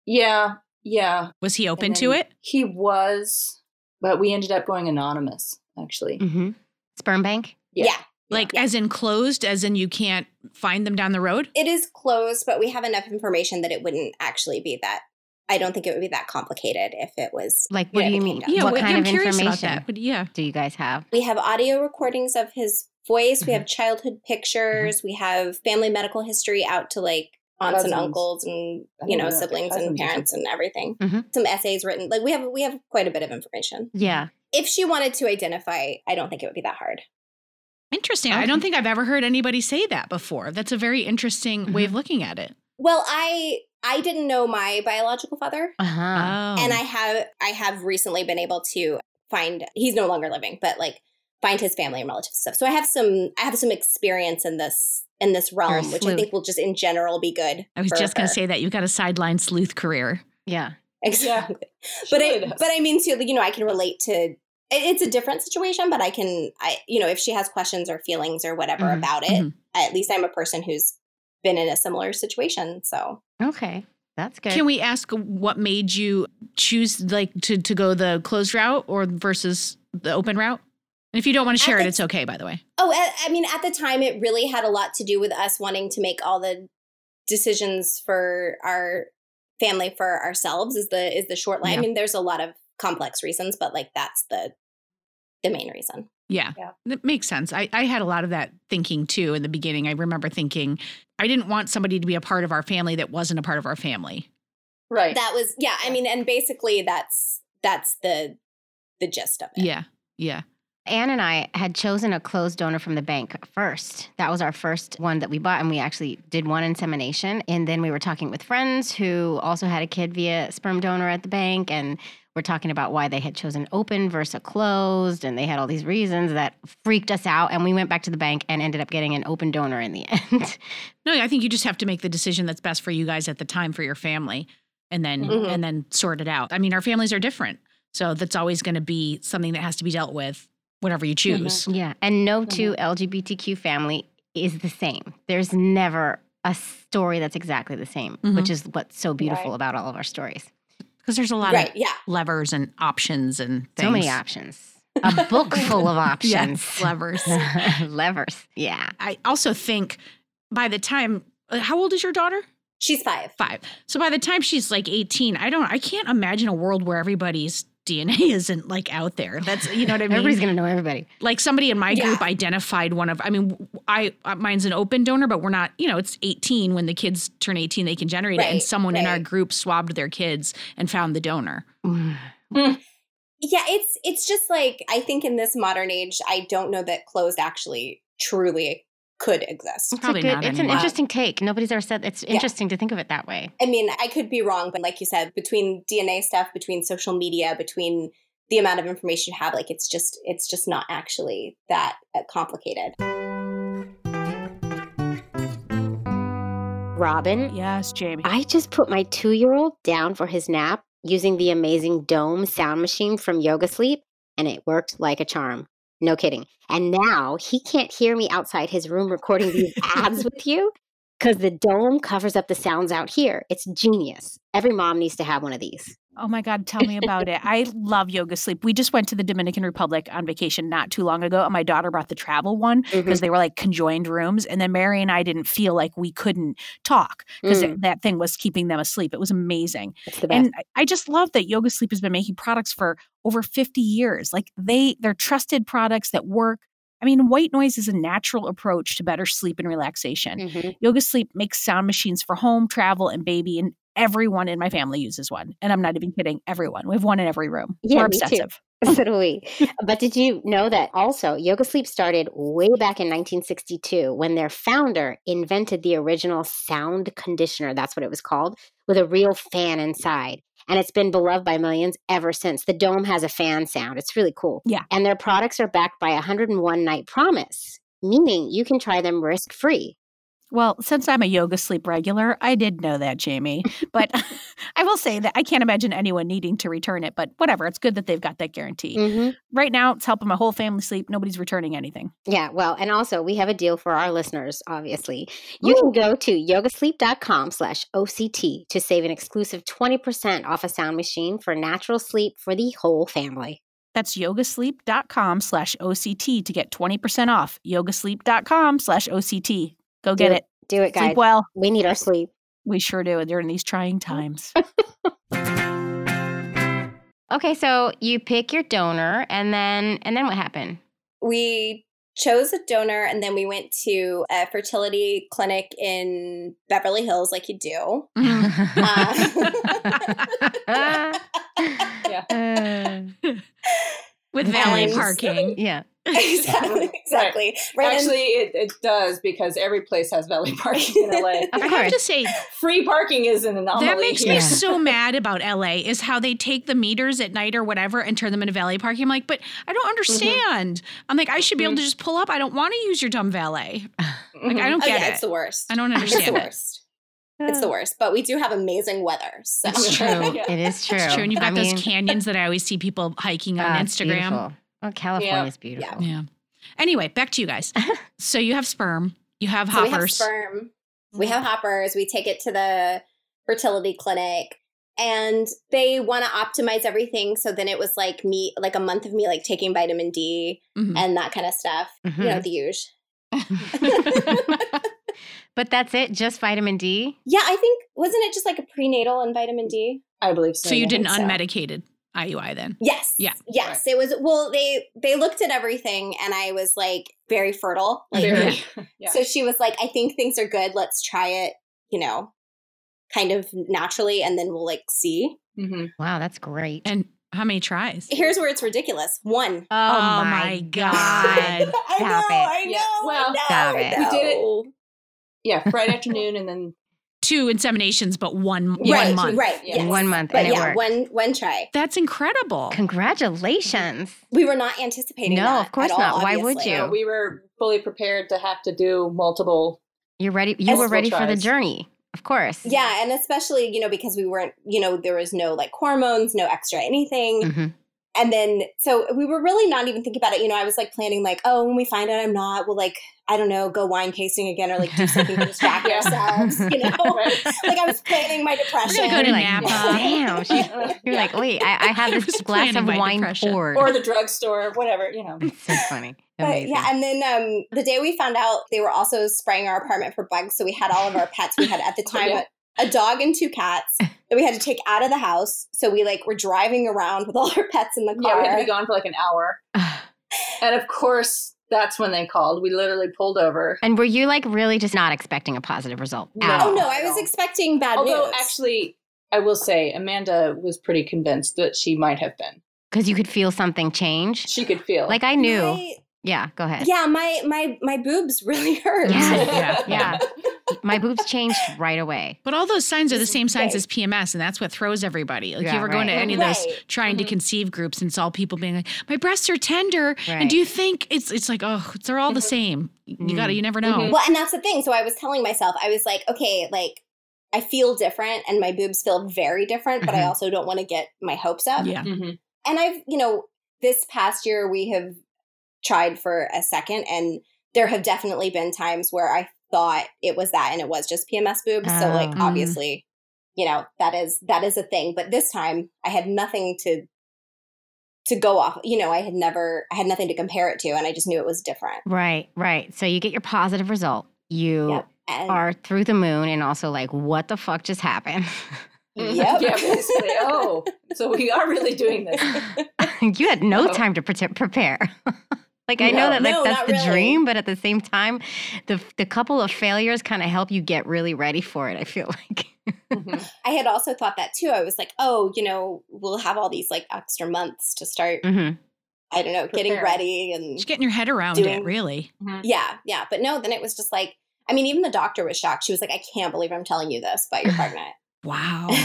[SPEAKER 6] Yeah, yeah.
[SPEAKER 3] Was he open
[SPEAKER 6] And
[SPEAKER 3] to
[SPEAKER 6] then
[SPEAKER 3] it?
[SPEAKER 6] He was, but we ended up going anonymous. Actually,
[SPEAKER 5] Mm.
[SPEAKER 8] Mm-hmm. Sperm bank?
[SPEAKER 7] Yeah.
[SPEAKER 6] Yeah.
[SPEAKER 3] Like,
[SPEAKER 7] Yeah.
[SPEAKER 3] as in closed, as in you can't find them down the road?
[SPEAKER 7] it is closed, but we have enough information that it wouldn't actually be that. I don't think it would be that complicated if it was.
[SPEAKER 8] Like, what
[SPEAKER 7] Yeah,
[SPEAKER 8] do you
[SPEAKER 7] it
[SPEAKER 8] mean?
[SPEAKER 7] came down. Yeah,
[SPEAKER 8] what
[SPEAKER 3] wait,
[SPEAKER 8] kind
[SPEAKER 3] I'm
[SPEAKER 8] of
[SPEAKER 3] curious
[SPEAKER 8] information
[SPEAKER 3] about that. But yeah.
[SPEAKER 8] do you guys have?
[SPEAKER 7] We have audio recordings of his voice. We have childhood pictures. We have family medical history out to like aunts
[SPEAKER 6] Cousins.
[SPEAKER 7] and uncles and
[SPEAKER 6] I
[SPEAKER 7] you
[SPEAKER 6] think
[SPEAKER 7] know
[SPEAKER 6] we have
[SPEAKER 7] siblings and
[SPEAKER 6] cousins or
[SPEAKER 7] parents and everything.
[SPEAKER 8] Mhm.
[SPEAKER 7] Some essays written. Like we have we have quite a bit of information.
[SPEAKER 8] Yeah.
[SPEAKER 7] If she wanted to identify, I don't think it would be that hard.
[SPEAKER 3] Interesting. I don't think I've ever heard anybody say that before. That's a very interesting way of looking at it.
[SPEAKER 7] Well, I I didn't know my biological father.
[SPEAKER 8] Uh huh.
[SPEAKER 3] oh.
[SPEAKER 7] and I have I have recently been able to find he's no longer living, but like find his family and relatives stuff. So I have some I have some experience in this in this
[SPEAKER 8] You're a
[SPEAKER 7] realm, which I
[SPEAKER 8] sleuth.
[SPEAKER 7] think will just in general be good.
[SPEAKER 3] I was
[SPEAKER 7] for
[SPEAKER 3] just going
[SPEAKER 7] her.
[SPEAKER 3] to say that you got a sideline sleuth career.
[SPEAKER 8] Yeah.
[SPEAKER 7] exactly,
[SPEAKER 6] She
[SPEAKER 7] but
[SPEAKER 6] really
[SPEAKER 7] I,
[SPEAKER 6] does.
[SPEAKER 7] but I mean too, you know, I can relate to. it- It's a different situation, but I can I you know if she has questions or feelings or whatever
[SPEAKER 8] Mhm,
[SPEAKER 7] about it,
[SPEAKER 3] mhm.
[SPEAKER 7] at least I'm a person who's been in a similar situation. So
[SPEAKER 8] Okay. That's good.
[SPEAKER 3] Can we ask what made you choose like to, to go the closed route or versus the open route? And if you don't want to
[SPEAKER 7] I
[SPEAKER 3] share it,
[SPEAKER 7] think-
[SPEAKER 3] it's okay, by the way.
[SPEAKER 7] Oh, I, I mean, at the time, it really had a lot to do with us wanting to make all the decisions for our family for ourselves. Is the is the short line?
[SPEAKER 3] Yeah.
[SPEAKER 7] I mean, there's a lot of complex reasons, but like that's the the main reason.
[SPEAKER 5] Yeah.
[SPEAKER 6] Yeah.
[SPEAKER 5] That makes sense. I, I had a lot of that thinking too in the beginning. I remember thinking I didn't want somebody to be a part of our family that wasn't a part of our family.
[SPEAKER 6] Right.
[SPEAKER 7] That was yeah, I mean, and basically that's that's the the gist of it.
[SPEAKER 5] Yeah. Yeah.
[SPEAKER 8] Anne and I had chosen a closed donor from the bank first. That was our first one that we bought, and we actually did one insemination. And then we were talking with friends who also had a kid via sperm donor at the bank, and we're talking about why they had chosen open versus a closed, and they had all these reasons that freaked us out. And we went back to the bank and ended up getting an open donor in the end.
[SPEAKER 5] No, I think you just have to make the decision that's best for you guys at the time for your family and then
[SPEAKER 6] Mhm.
[SPEAKER 5] and then sort it out. I mean, our families are different. So that's always going to be something that has to be dealt with whatever you choose.
[SPEAKER 8] yeah. And no two LGBTQ family is the same. There's never a story that's exactly the same,
[SPEAKER 5] Mhm.
[SPEAKER 8] which is what's so beautiful
[SPEAKER 6] Right.
[SPEAKER 8] about all of our stories.
[SPEAKER 5] Cuz there's a lot
[SPEAKER 7] Right,
[SPEAKER 5] of
[SPEAKER 7] yeah.
[SPEAKER 5] levers and options and things.
[SPEAKER 8] So many options. A book full of options.
[SPEAKER 5] Yes, levers.
[SPEAKER 8] Levers. Yeah.
[SPEAKER 5] I also think by the time uh, how old is your daughter?
[SPEAKER 7] She's five.
[SPEAKER 5] five. So by the time she's like 18, I don't, I can't imagine a world where everybody's DNA isn't like out there. That's, you know what I mean?
[SPEAKER 8] Everybody's going to know everybody.
[SPEAKER 5] like somebody in my
[SPEAKER 7] Yeah.
[SPEAKER 5] group identified one of, I mean, I, uh, mine's an open donor, but we're not, you know, it's 18. When the kids turn 18, they can generate it. And
[SPEAKER 7] Right,
[SPEAKER 5] someone in our
[SPEAKER 7] right.
[SPEAKER 5] group swabbed their kids and found the donor.
[SPEAKER 7] Yeah, it's it's just like I think in this modern age, I don't know that closed actually truly could exist.
[SPEAKER 8] It's, a
[SPEAKER 5] Probably
[SPEAKER 8] good,
[SPEAKER 5] not
[SPEAKER 8] it's an
[SPEAKER 5] anymore.
[SPEAKER 8] interesting take. Nobody's ever said it's
[SPEAKER 7] Yeah.
[SPEAKER 8] interesting to think of it that way.
[SPEAKER 7] I mean, I could be wrong, but like you said, between DNA stuff, between social media, between the amount of information you have, like it's just it's just not actually that uh, complicated.
[SPEAKER 1] Robin,
[SPEAKER 3] Yes, Jamie.
[SPEAKER 1] I just put my two year old down for his nap using the amazing Dome sound machine from Yoga Sleep, and it worked like a charm. No kidding. And now he can't hear me outside his room recording these ads with you because the Dome covers up the sounds out here. It's genius. Every mom needs to have one of these.
[SPEAKER 3] Oh my God, tell me about it. I love yoga sleep. We just went to the Dominican Republic on vacation not too long ago, and my daughter brought the travel one because they were like conjoined rooms. And then Mary and I didn't feel like we couldn't talk because
[SPEAKER 1] Mm.
[SPEAKER 3] that thing was keeping them asleep. It was amazing.
[SPEAKER 1] It's the best.
[SPEAKER 3] And I- I just love that Yoga Sleep has been making products for over 50 years. Like they they're trusted products that work. I mean, white noise is a natural approach to better sleep and relaxation.
[SPEAKER 1] Mhm.
[SPEAKER 3] Yoga Sleep makes sound machines for home, travel, and baby, and everyone in my family uses one. And I'm not even kidding. Everyone. We have one in every room.
[SPEAKER 1] Yeah,
[SPEAKER 3] We're
[SPEAKER 1] me too.
[SPEAKER 3] obsessive.
[SPEAKER 1] so do we. But did you know that also Yoga Sleep started way back in 1962 when their founder invented the original sound conditioner, that's what it was called, with a real fan inside. And it's been beloved by millions ever since. The dome has a fan sound. It's really cool.
[SPEAKER 3] Yeah.
[SPEAKER 1] And their products are backed by a 101 night promise, meaning you can try them risk free.
[SPEAKER 3] Well, since I'm a Yoga Sleep regular, I did know that, Jamie. But I will say that I can't imagine anyone needing to return it, but whatever. It's good that they've got that guarantee.
[SPEAKER 1] Mm-hmm.
[SPEAKER 3] Right now, it's helping my whole family sleep. Nobody's returning anything.
[SPEAKER 1] Yeah, well, and also we have a deal for our listeners, obviously. You can go to yogasleep.com slash OCT to save an exclusive 20% off a sound machine for natural sleep for the whole family.
[SPEAKER 3] That's yogasleep.com slash OCT to get 20% off. Yogasleep.com slash OCT. Go get
[SPEAKER 1] Do
[SPEAKER 3] it.
[SPEAKER 1] Do it, guys.
[SPEAKER 3] Sleep well.
[SPEAKER 1] We need our sleep.
[SPEAKER 3] We sure do during these trying times.
[SPEAKER 8] Okay, so you pick your donor and then and then what happened?
[SPEAKER 7] We chose a donor and then we went to a fertility clinic in Beverly Hills like you do.
[SPEAKER 3] Mm-hmm.
[SPEAKER 7] Uh,
[SPEAKER 8] Uh,
[SPEAKER 5] With valet
[SPEAKER 7] And-
[SPEAKER 5] parking.
[SPEAKER 8] yeah.
[SPEAKER 7] exactly. Exactly. Right. and-
[SPEAKER 6] Actually, it, it does because every place has valet parking in LA.
[SPEAKER 8] Of
[SPEAKER 5] I have
[SPEAKER 8] course.
[SPEAKER 5] to say,
[SPEAKER 6] Free parking is an anomaly
[SPEAKER 5] that makes
[SPEAKER 6] here.
[SPEAKER 5] me
[SPEAKER 8] Yeah.
[SPEAKER 5] so mad about LA is how they take the meters at night or whatever and turn them into valet parking. I'm like, but I
[SPEAKER 7] Mm-hmm.
[SPEAKER 5] don't understand. I'm like, I should be able to just pull up. I don't want to use your dumb valet. Like, I don't
[SPEAKER 7] oh
[SPEAKER 5] get
[SPEAKER 7] yeah,
[SPEAKER 5] it.
[SPEAKER 7] it's the worst.
[SPEAKER 5] I don't
[SPEAKER 7] It's the
[SPEAKER 5] understand it. Ah.
[SPEAKER 7] worst. It's the worst. But we do have amazing weather. So
[SPEAKER 5] It's true.
[SPEAKER 6] Yeah.
[SPEAKER 8] It is true.
[SPEAKER 5] It's true. And you've got
[SPEAKER 8] I
[SPEAKER 5] those
[SPEAKER 8] mean,
[SPEAKER 5] canyons that I always see people hiking on
[SPEAKER 8] ah, it's
[SPEAKER 5] Instagram.
[SPEAKER 8] beautiful. Oh, California's beautiful.
[SPEAKER 5] Yeah. Anyway, back to you guys. so you have sperm, you have
[SPEAKER 7] So we have
[SPEAKER 5] hoppers.
[SPEAKER 7] sperm. We have hoppers. We take it to the fertility clinic and they want to optimize everything. So then it was like me, like a month of me, like taking vitamin D
[SPEAKER 3] Mm.
[SPEAKER 5] Mhm.
[SPEAKER 7] and that kind of stuff.
[SPEAKER 8] Mm-hmm.
[SPEAKER 7] You know, the usual.
[SPEAKER 8] Mhm. but that's it. Just vitamin D.
[SPEAKER 7] Yeah, I think, wasn't it just like a prenatal and vitamin D?
[SPEAKER 6] I believe so.
[SPEAKER 5] So you
[SPEAKER 6] yeah.
[SPEAKER 5] didn't
[SPEAKER 7] so. uh,
[SPEAKER 5] unmedicated.
[SPEAKER 10] IUI then.
[SPEAKER 7] Yes.
[SPEAKER 10] Yeah.
[SPEAKER 7] Yes. It was well, they they looked at everything and I was like very fertile. Like
[SPEAKER 6] Very- yeah.
[SPEAKER 7] so she was like, I think things are good. Let's try it, you know, kind of naturally and then we'll like see.
[SPEAKER 6] hmm
[SPEAKER 8] Wow, that's great.
[SPEAKER 10] And how many tries?
[SPEAKER 7] Here's where it's ridiculous. One.
[SPEAKER 10] Oh,
[SPEAKER 8] my
[SPEAKER 10] my
[SPEAKER 8] God.
[SPEAKER 10] God.
[SPEAKER 7] I know,
[SPEAKER 8] Stop it.
[SPEAKER 7] I know.
[SPEAKER 6] Yeah, well,
[SPEAKER 7] I know,
[SPEAKER 8] stop
[SPEAKER 7] I
[SPEAKER 8] it.
[SPEAKER 6] We did it.
[SPEAKER 7] know.
[SPEAKER 6] Yeah, Friday afternoon, and then
[SPEAKER 10] Two inseminations, but one,
[SPEAKER 6] Yeah.
[SPEAKER 10] one
[SPEAKER 7] Right,
[SPEAKER 10] month.
[SPEAKER 7] right.
[SPEAKER 6] Yeah.
[SPEAKER 7] yes.
[SPEAKER 8] One month
[SPEAKER 7] But
[SPEAKER 8] and it
[SPEAKER 7] yeah,
[SPEAKER 8] worked.
[SPEAKER 7] one one try.
[SPEAKER 10] That's incredible.
[SPEAKER 8] Congratulations.
[SPEAKER 7] We were not anticipating
[SPEAKER 8] No,
[SPEAKER 7] that
[SPEAKER 8] of course
[SPEAKER 7] at all,
[SPEAKER 8] not. Why would
[SPEAKER 7] obviously.
[SPEAKER 8] you?
[SPEAKER 6] uh, we were fully prepared to have to do multiple.
[SPEAKER 8] You're ready. You were
[SPEAKER 6] Multiple
[SPEAKER 8] ready for the
[SPEAKER 6] tries.
[SPEAKER 8] journey, of course.
[SPEAKER 7] Yeah, and especially, you know, because we weren't, you know, there was no like hormones, no extra anything.
[SPEAKER 8] Mhm.
[SPEAKER 7] And then, so we were really not even thinking about it. You know, I was like planning, like, oh, when we find out I'm not, we'll like, I don't know, go wine casting again or like do something to distract
[SPEAKER 6] Yeah.
[SPEAKER 7] ourselves, you know?
[SPEAKER 6] Right.
[SPEAKER 7] like I was planning my
[SPEAKER 10] We're
[SPEAKER 7] depression.
[SPEAKER 10] going to go to
[SPEAKER 8] You're like,
[SPEAKER 10] Napa.
[SPEAKER 8] Damn. She, you're like, wait, I, I have
[SPEAKER 10] I
[SPEAKER 8] this
[SPEAKER 10] was
[SPEAKER 8] glass of
[SPEAKER 10] planning my
[SPEAKER 8] wine
[SPEAKER 10] depression.
[SPEAKER 8] poured.
[SPEAKER 6] or the drugstore, whatever you know.
[SPEAKER 8] so funny.
[SPEAKER 7] but
[SPEAKER 8] Amazing.
[SPEAKER 7] yeah, and then um, the day we found out, they were also spraying our apartment for bugs. So we had all of our pets. We had at the
[SPEAKER 6] Oh,
[SPEAKER 7] time
[SPEAKER 6] yeah.
[SPEAKER 7] a, a dog and two cats that we had to take out of the house. So we like were driving around with all our pets in the
[SPEAKER 6] Yeah,
[SPEAKER 7] car.
[SPEAKER 6] we had to be gone for like an hour, and of course, that's when they called. We literally pulled over.
[SPEAKER 8] and were you like really just not expecting a positive result?
[SPEAKER 6] No.
[SPEAKER 8] at
[SPEAKER 7] oh
[SPEAKER 8] all?
[SPEAKER 7] no, I was expecting bad
[SPEAKER 6] Although,
[SPEAKER 7] news.
[SPEAKER 6] actually, I will say Amanda was pretty convinced that she might have been.
[SPEAKER 8] Because you could feel something change.
[SPEAKER 6] She could feel
[SPEAKER 8] Like I knew.
[SPEAKER 7] My-
[SPEAKER 8] yeah, go ahead.
[SPEAKER 7] yeah, my my my boobs really hurt.
[SPEAKER 8] Yeah, yeah, yeah. My boobs changed right away.
[SPEAKER 10] But all those signs are the same signs
[SPEAKER 7] Right.
[SPEAKER 10] as PMS, and that's what throws everybody. Like,
[SPEAKER 8] Yeah,
[SPEAKER 10] you ever going to
[SPEAKER 8] right.
[SPEAKER 10] any of those
[SPEAKER 7] Right. Mm-hmm.
[SPEAKER 10] trying to
[SPEAKER 6] Mhm.
[SPEAKER 10] conceive groups, and it's all people being like, "My breasts are tender,"
[SPEAKER 8] Right.
[SPEAKER 10] and do you think it's it's like, oh, they're all the
[SPEAKER 7] Mm-hmm.
[SPEAKER 10] same. You gotta, you never know.
[SPEAKER 8] Mm.
[SPEAKER 6] Mhm.
[SPEAKER 7] Well, and that's the thing. So I was telling myself, I was like, okay, like I feel different and my boobs feel very different, but I
[SPEAKER 8] Mhm.
[SPEAKER 7] also don't want to get my hopes up.
[SPEAKER 10] Yeah.
[SPEAKER 6] hmm
[SPEAKER 7] And I've, you know, this past year we have tried for a second and there have definitely been times where I thought it was that and it was just PMS boobs. so like
[SPEAKER 8] Oh.
[SPEAKER 10] Mm.
[SPEAKER 7] obviously, you know, that is that is a thing, but this time I had nothing to to go off. You know, I had never I had nothing to compare it to and I just knew it was different.
[SPEAKER 8] Right, right. So you get your positive result. You
[SPEAKER 7] Yep. And
[SPEAKER 8] are through the moon and also like, what the fuck just happened?
[SPEAKER 7] Yep.
[SPEAKER 6] yeah, basically. Oh, so we are really doing this.
[SPEAKER 8] you had no
[SPEAKER 6] No.
[SPEAKER 8] time to pre- prepare. like I
[SPEAKER 7] No,
[SPEAKER 8] know that like
[SPEAKER 7] no,
[SPEAKER 8] that's
[SPEAKER 7] not
[SPEAKER 8] the
[SPEAKER 7] really.
[SPEAKER 8] dream, but at the same time, the the couple of failures kind of help you get really ready for it. I feel like.
[SPEAKER 6] Mhm.
[SPEAKER 7] I had also thought that too. I was like, oh, you know, we'll have all these like extra months to start,
[SPEAKER 8] hmm
[SPEAKER 7] I don't know, getting
[SPEAKER 6] Prepare.
[SPEAKER 7] ready and
[SPEAKER 10] Just getting your head around
[SPEAKER 7] Doing-
[SPEAKER 10] it, really.
[SPEAKER 7] yeah, yeah. But no, then it was just like, I mean, even the doctor was shocked. She was like, I can't believe I'm telling you this, but you're pregnant.
[SPEAKER 10] Wow.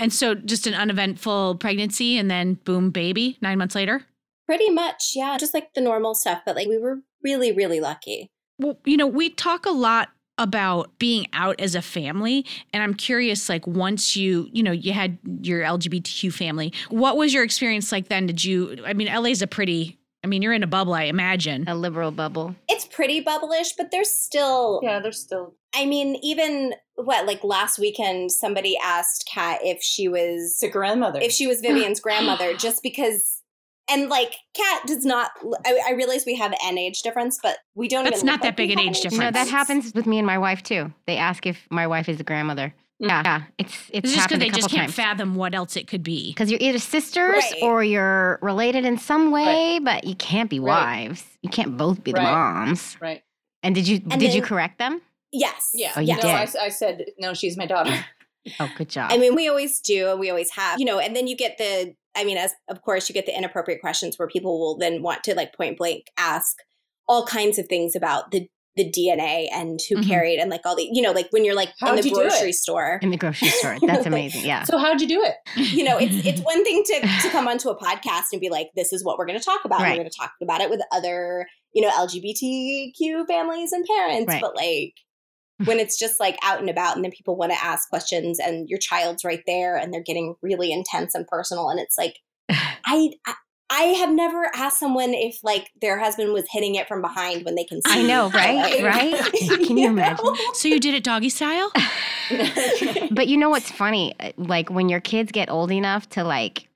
[SPEAKER 10] and so, just an uneventful pregnancy, and then boom, baby, nine months later.
[SPEAKER 7] Pretty much, yeah, just like the normal stuff. But like, we were really, really lucky.
[SPEAKER 10] Well, you know, we talk a lot about being out as a family and I'm curious like once you, you know, you had your LGBTQ family, what was your experience like then? Did you I mean LA's a pretty I mean you're in a bubble, I imagine.
[SPEAKER 8] A liberal bubble.
[SPEAKER 7] It's pretty bubblish, but there's still,
[SPEAKER 6] Yeah, there's still.
[SPEAKER 7] I mean, even what, like last weekend, somebody asked Kat if she was
[SPEAKER 6] It's a grandmother.
[SPEAKER 7] if she was Vivian's grandmother, just because. And like, Kat does not. I, I realize we have an age difference, but we don't.
[SPEAKER 10] That's
[SPEAKER 7] even
[SPEAKER 10] not
[SPEAKER 7] look
[SPEAKER 10] that
[SPEAKER 7] like we
[SPEAKER 10] big an
[SPEAKER 7] have
[SPEAKER 10] age
[SPEAKER 8] No,
[SPEAKER 10] difference.
[SPEAKER 8] that happens with me and my wife too. They ask if my wife is the grandmother.
[SPEAKER 6] Mm.
[SPEAKER 8] Yeah, yeah. It's it's,
[SPEAKER 10] It's just because
[SPEAKER 8] happened a
[SPEAKER 10] they just
[SPEAKER 8] couple
[SPEAKER 10] can't
[SPEAKER 8] times.
[SPEAKER 10] fathom what else it could be.
[SPEAKER 8] Because you're either sisters
[SPEAKER 7] Right.
[SPEAKER 8] or you're related in some way, but you can't be
[SPEAKER 6] Right.
[SPEAKER 8] wives. You can't both be the
[SPEAKER 6] Right.
[SPEAKER 8] moms.
[SPEAKER 6] right.
[SPEAKER 8] And did you
[SPEAKER 7] And
[SPEAKER 8] did you
[SPEAKER 7] then-
[SPEAKER 8] correct them?
[SPEAKER 7] Yes.
[SPEAKER 6] Yeah.
[SPEAKER 8] Oh, you
[SPEAKER 7] yes.
[SPEAKER 6] no, I,
[SPEAKER 8] did.
[SPEAKER 6] I said no. She's my daughter.
[SPEAKER 8] Oh, good job.
[SPEAKER 7] I mean, we always do, and we always have, you know. And then you get the. I mean, as of course, you get the inappropriate questions where people will then want to like point blank ask all kinds of things about the the DNA and who
[SPEAKER 10] Mhm.
[SPEAKER 7] carried and like all the you know like when you're like
[SPEAKER 6] Mm-hmm. How'd
[SPEAKER 7] in the
[SPEAKER 6] you do it?
[SPEAKER 7] grocery store.
[SPEAKER 8] in the grocery store. That's amazing. Yeah.
[SPEAKER 6] So how'd you do it?
[SPEAKER 7] you know, it's it's one thing to to come onto a podcast and be like, this is what we're going to talk about. and
[SPEAKER 8] Right.
[SPEAKER 7] We're going to talk about it with other, you know, LGBTQ families and parents,
[SPEAKER 8] Right.
[SPEAKER 7] but like when it's just like out and about and then people want to ask questions and your child's right there and they're getting really intense and personal and it's like I, I I have never asked someone if like their husband was hitting it from behind when they can see.
[SPEAKER 8] I know, right?
[SPEAKER 7] Like,
[SPEAKER 8] Right? Can you imagine?
[SPEAKER 7] know?
[SPEAKER 10] So you did it doggy style?
[SPEAKER 8] But you know what's funny? Uh, Like when your kids get old enough to like,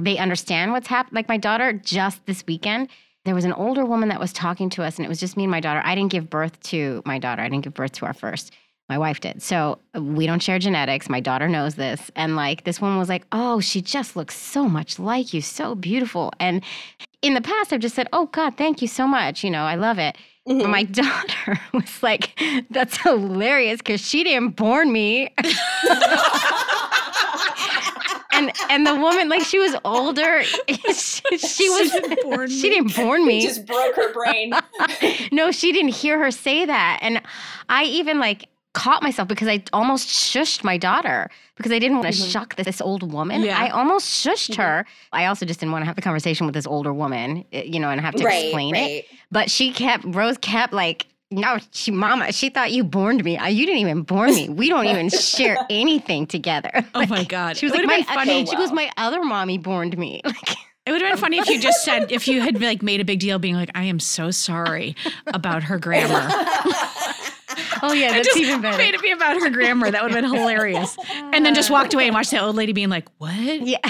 [SPEAKER 8] they understand what's happened. Like my daughter just this weekend, there was an older woman that was talking to us, and it was just me and my daughter. I didn't give birth to my daughter. I didn't give birth to our first. My wife did. So uh, we don't share genetics. My daughter knows this. And like this woman was like, oh, she just looks so much like you, so beautiful. And in the past, I've just said, oh God, thank you so much. You know, I love it. But Oh my daughter was like, that's hilarious because she didn't born me. and and the woman, like she was older. she, she was
[SPEAKER 3] born
[SPEAKER 8] she didn't born
[SPEAKER 6] It
[SPEAKER 8] me.
[SPEAKER 6] just broke her brain.
[SPEAKER 8] no, she didn't hear her say that. And I even like caught myself because I almost shushed my daughter because I didn't want to shock this, this old woman.
[SPEAKER 3] Yeah.
[SPEAKER 8] I almost shushed her. I also just didn't want to have the conversation with this older woman, eh, you know, and have to explain it. But she kept Rose kept like no, she mama. She thought you borned me. Uh, You didn't even born me. We don't even share anything together.
[SPEAKER 3] Oh my god!
[SPEAKER 8] She was
[SPEAKER 3] it
[SPEAKER 8] like
[SPEAKER 3] would
[SPEAKER 8] my
[SPEAKER 3] have been funny.
[SPEAKER 8] She was my other mommy borned me. Like
[SPEAKER 3] It would have been funny if you just said if you had like made a big deal, being like, "I am so sorry about her grammar."
[SPEAKER 8] oh yeah, that's
[SPEAKER 3] just
[SPEAKER 8] even better.
[SPEAKER 3] Made it be about her grammar. That would have been hilarious. And then just walked away and watched that old lady being like, "What?"
[SPEAKER 8] Uh. Yeah.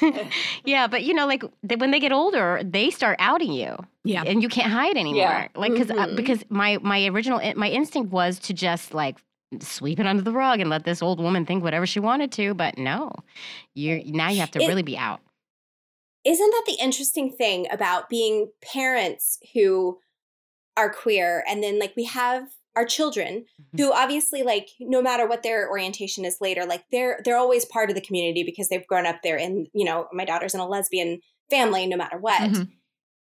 [SPEAKER 8] yeah, but you know, like th- when they get older, they start outing you.
[SPEAKER 3] Yeah.
[SPEAKER 8] And you can't hide anymore. Like because
[SPEAKER 7] Mhm.
[SPEAKER 8] because my my original in- my instinct was to just like sweep it under the rug and let this old woman think whatever she wanted to, but no. You now you have to
[SPEAKER 7] It-
[SPEAKER 8] really be out.
[SPEAKER 7] Isn't that the interesting thing about being parents who are queer and then like we have our children who obviously like no matter what their orientation is later like they're they're always part of the community because they've grown up there in you know my daughter's in a lesbian family no matter what
[SPEAKER 3] Mhm.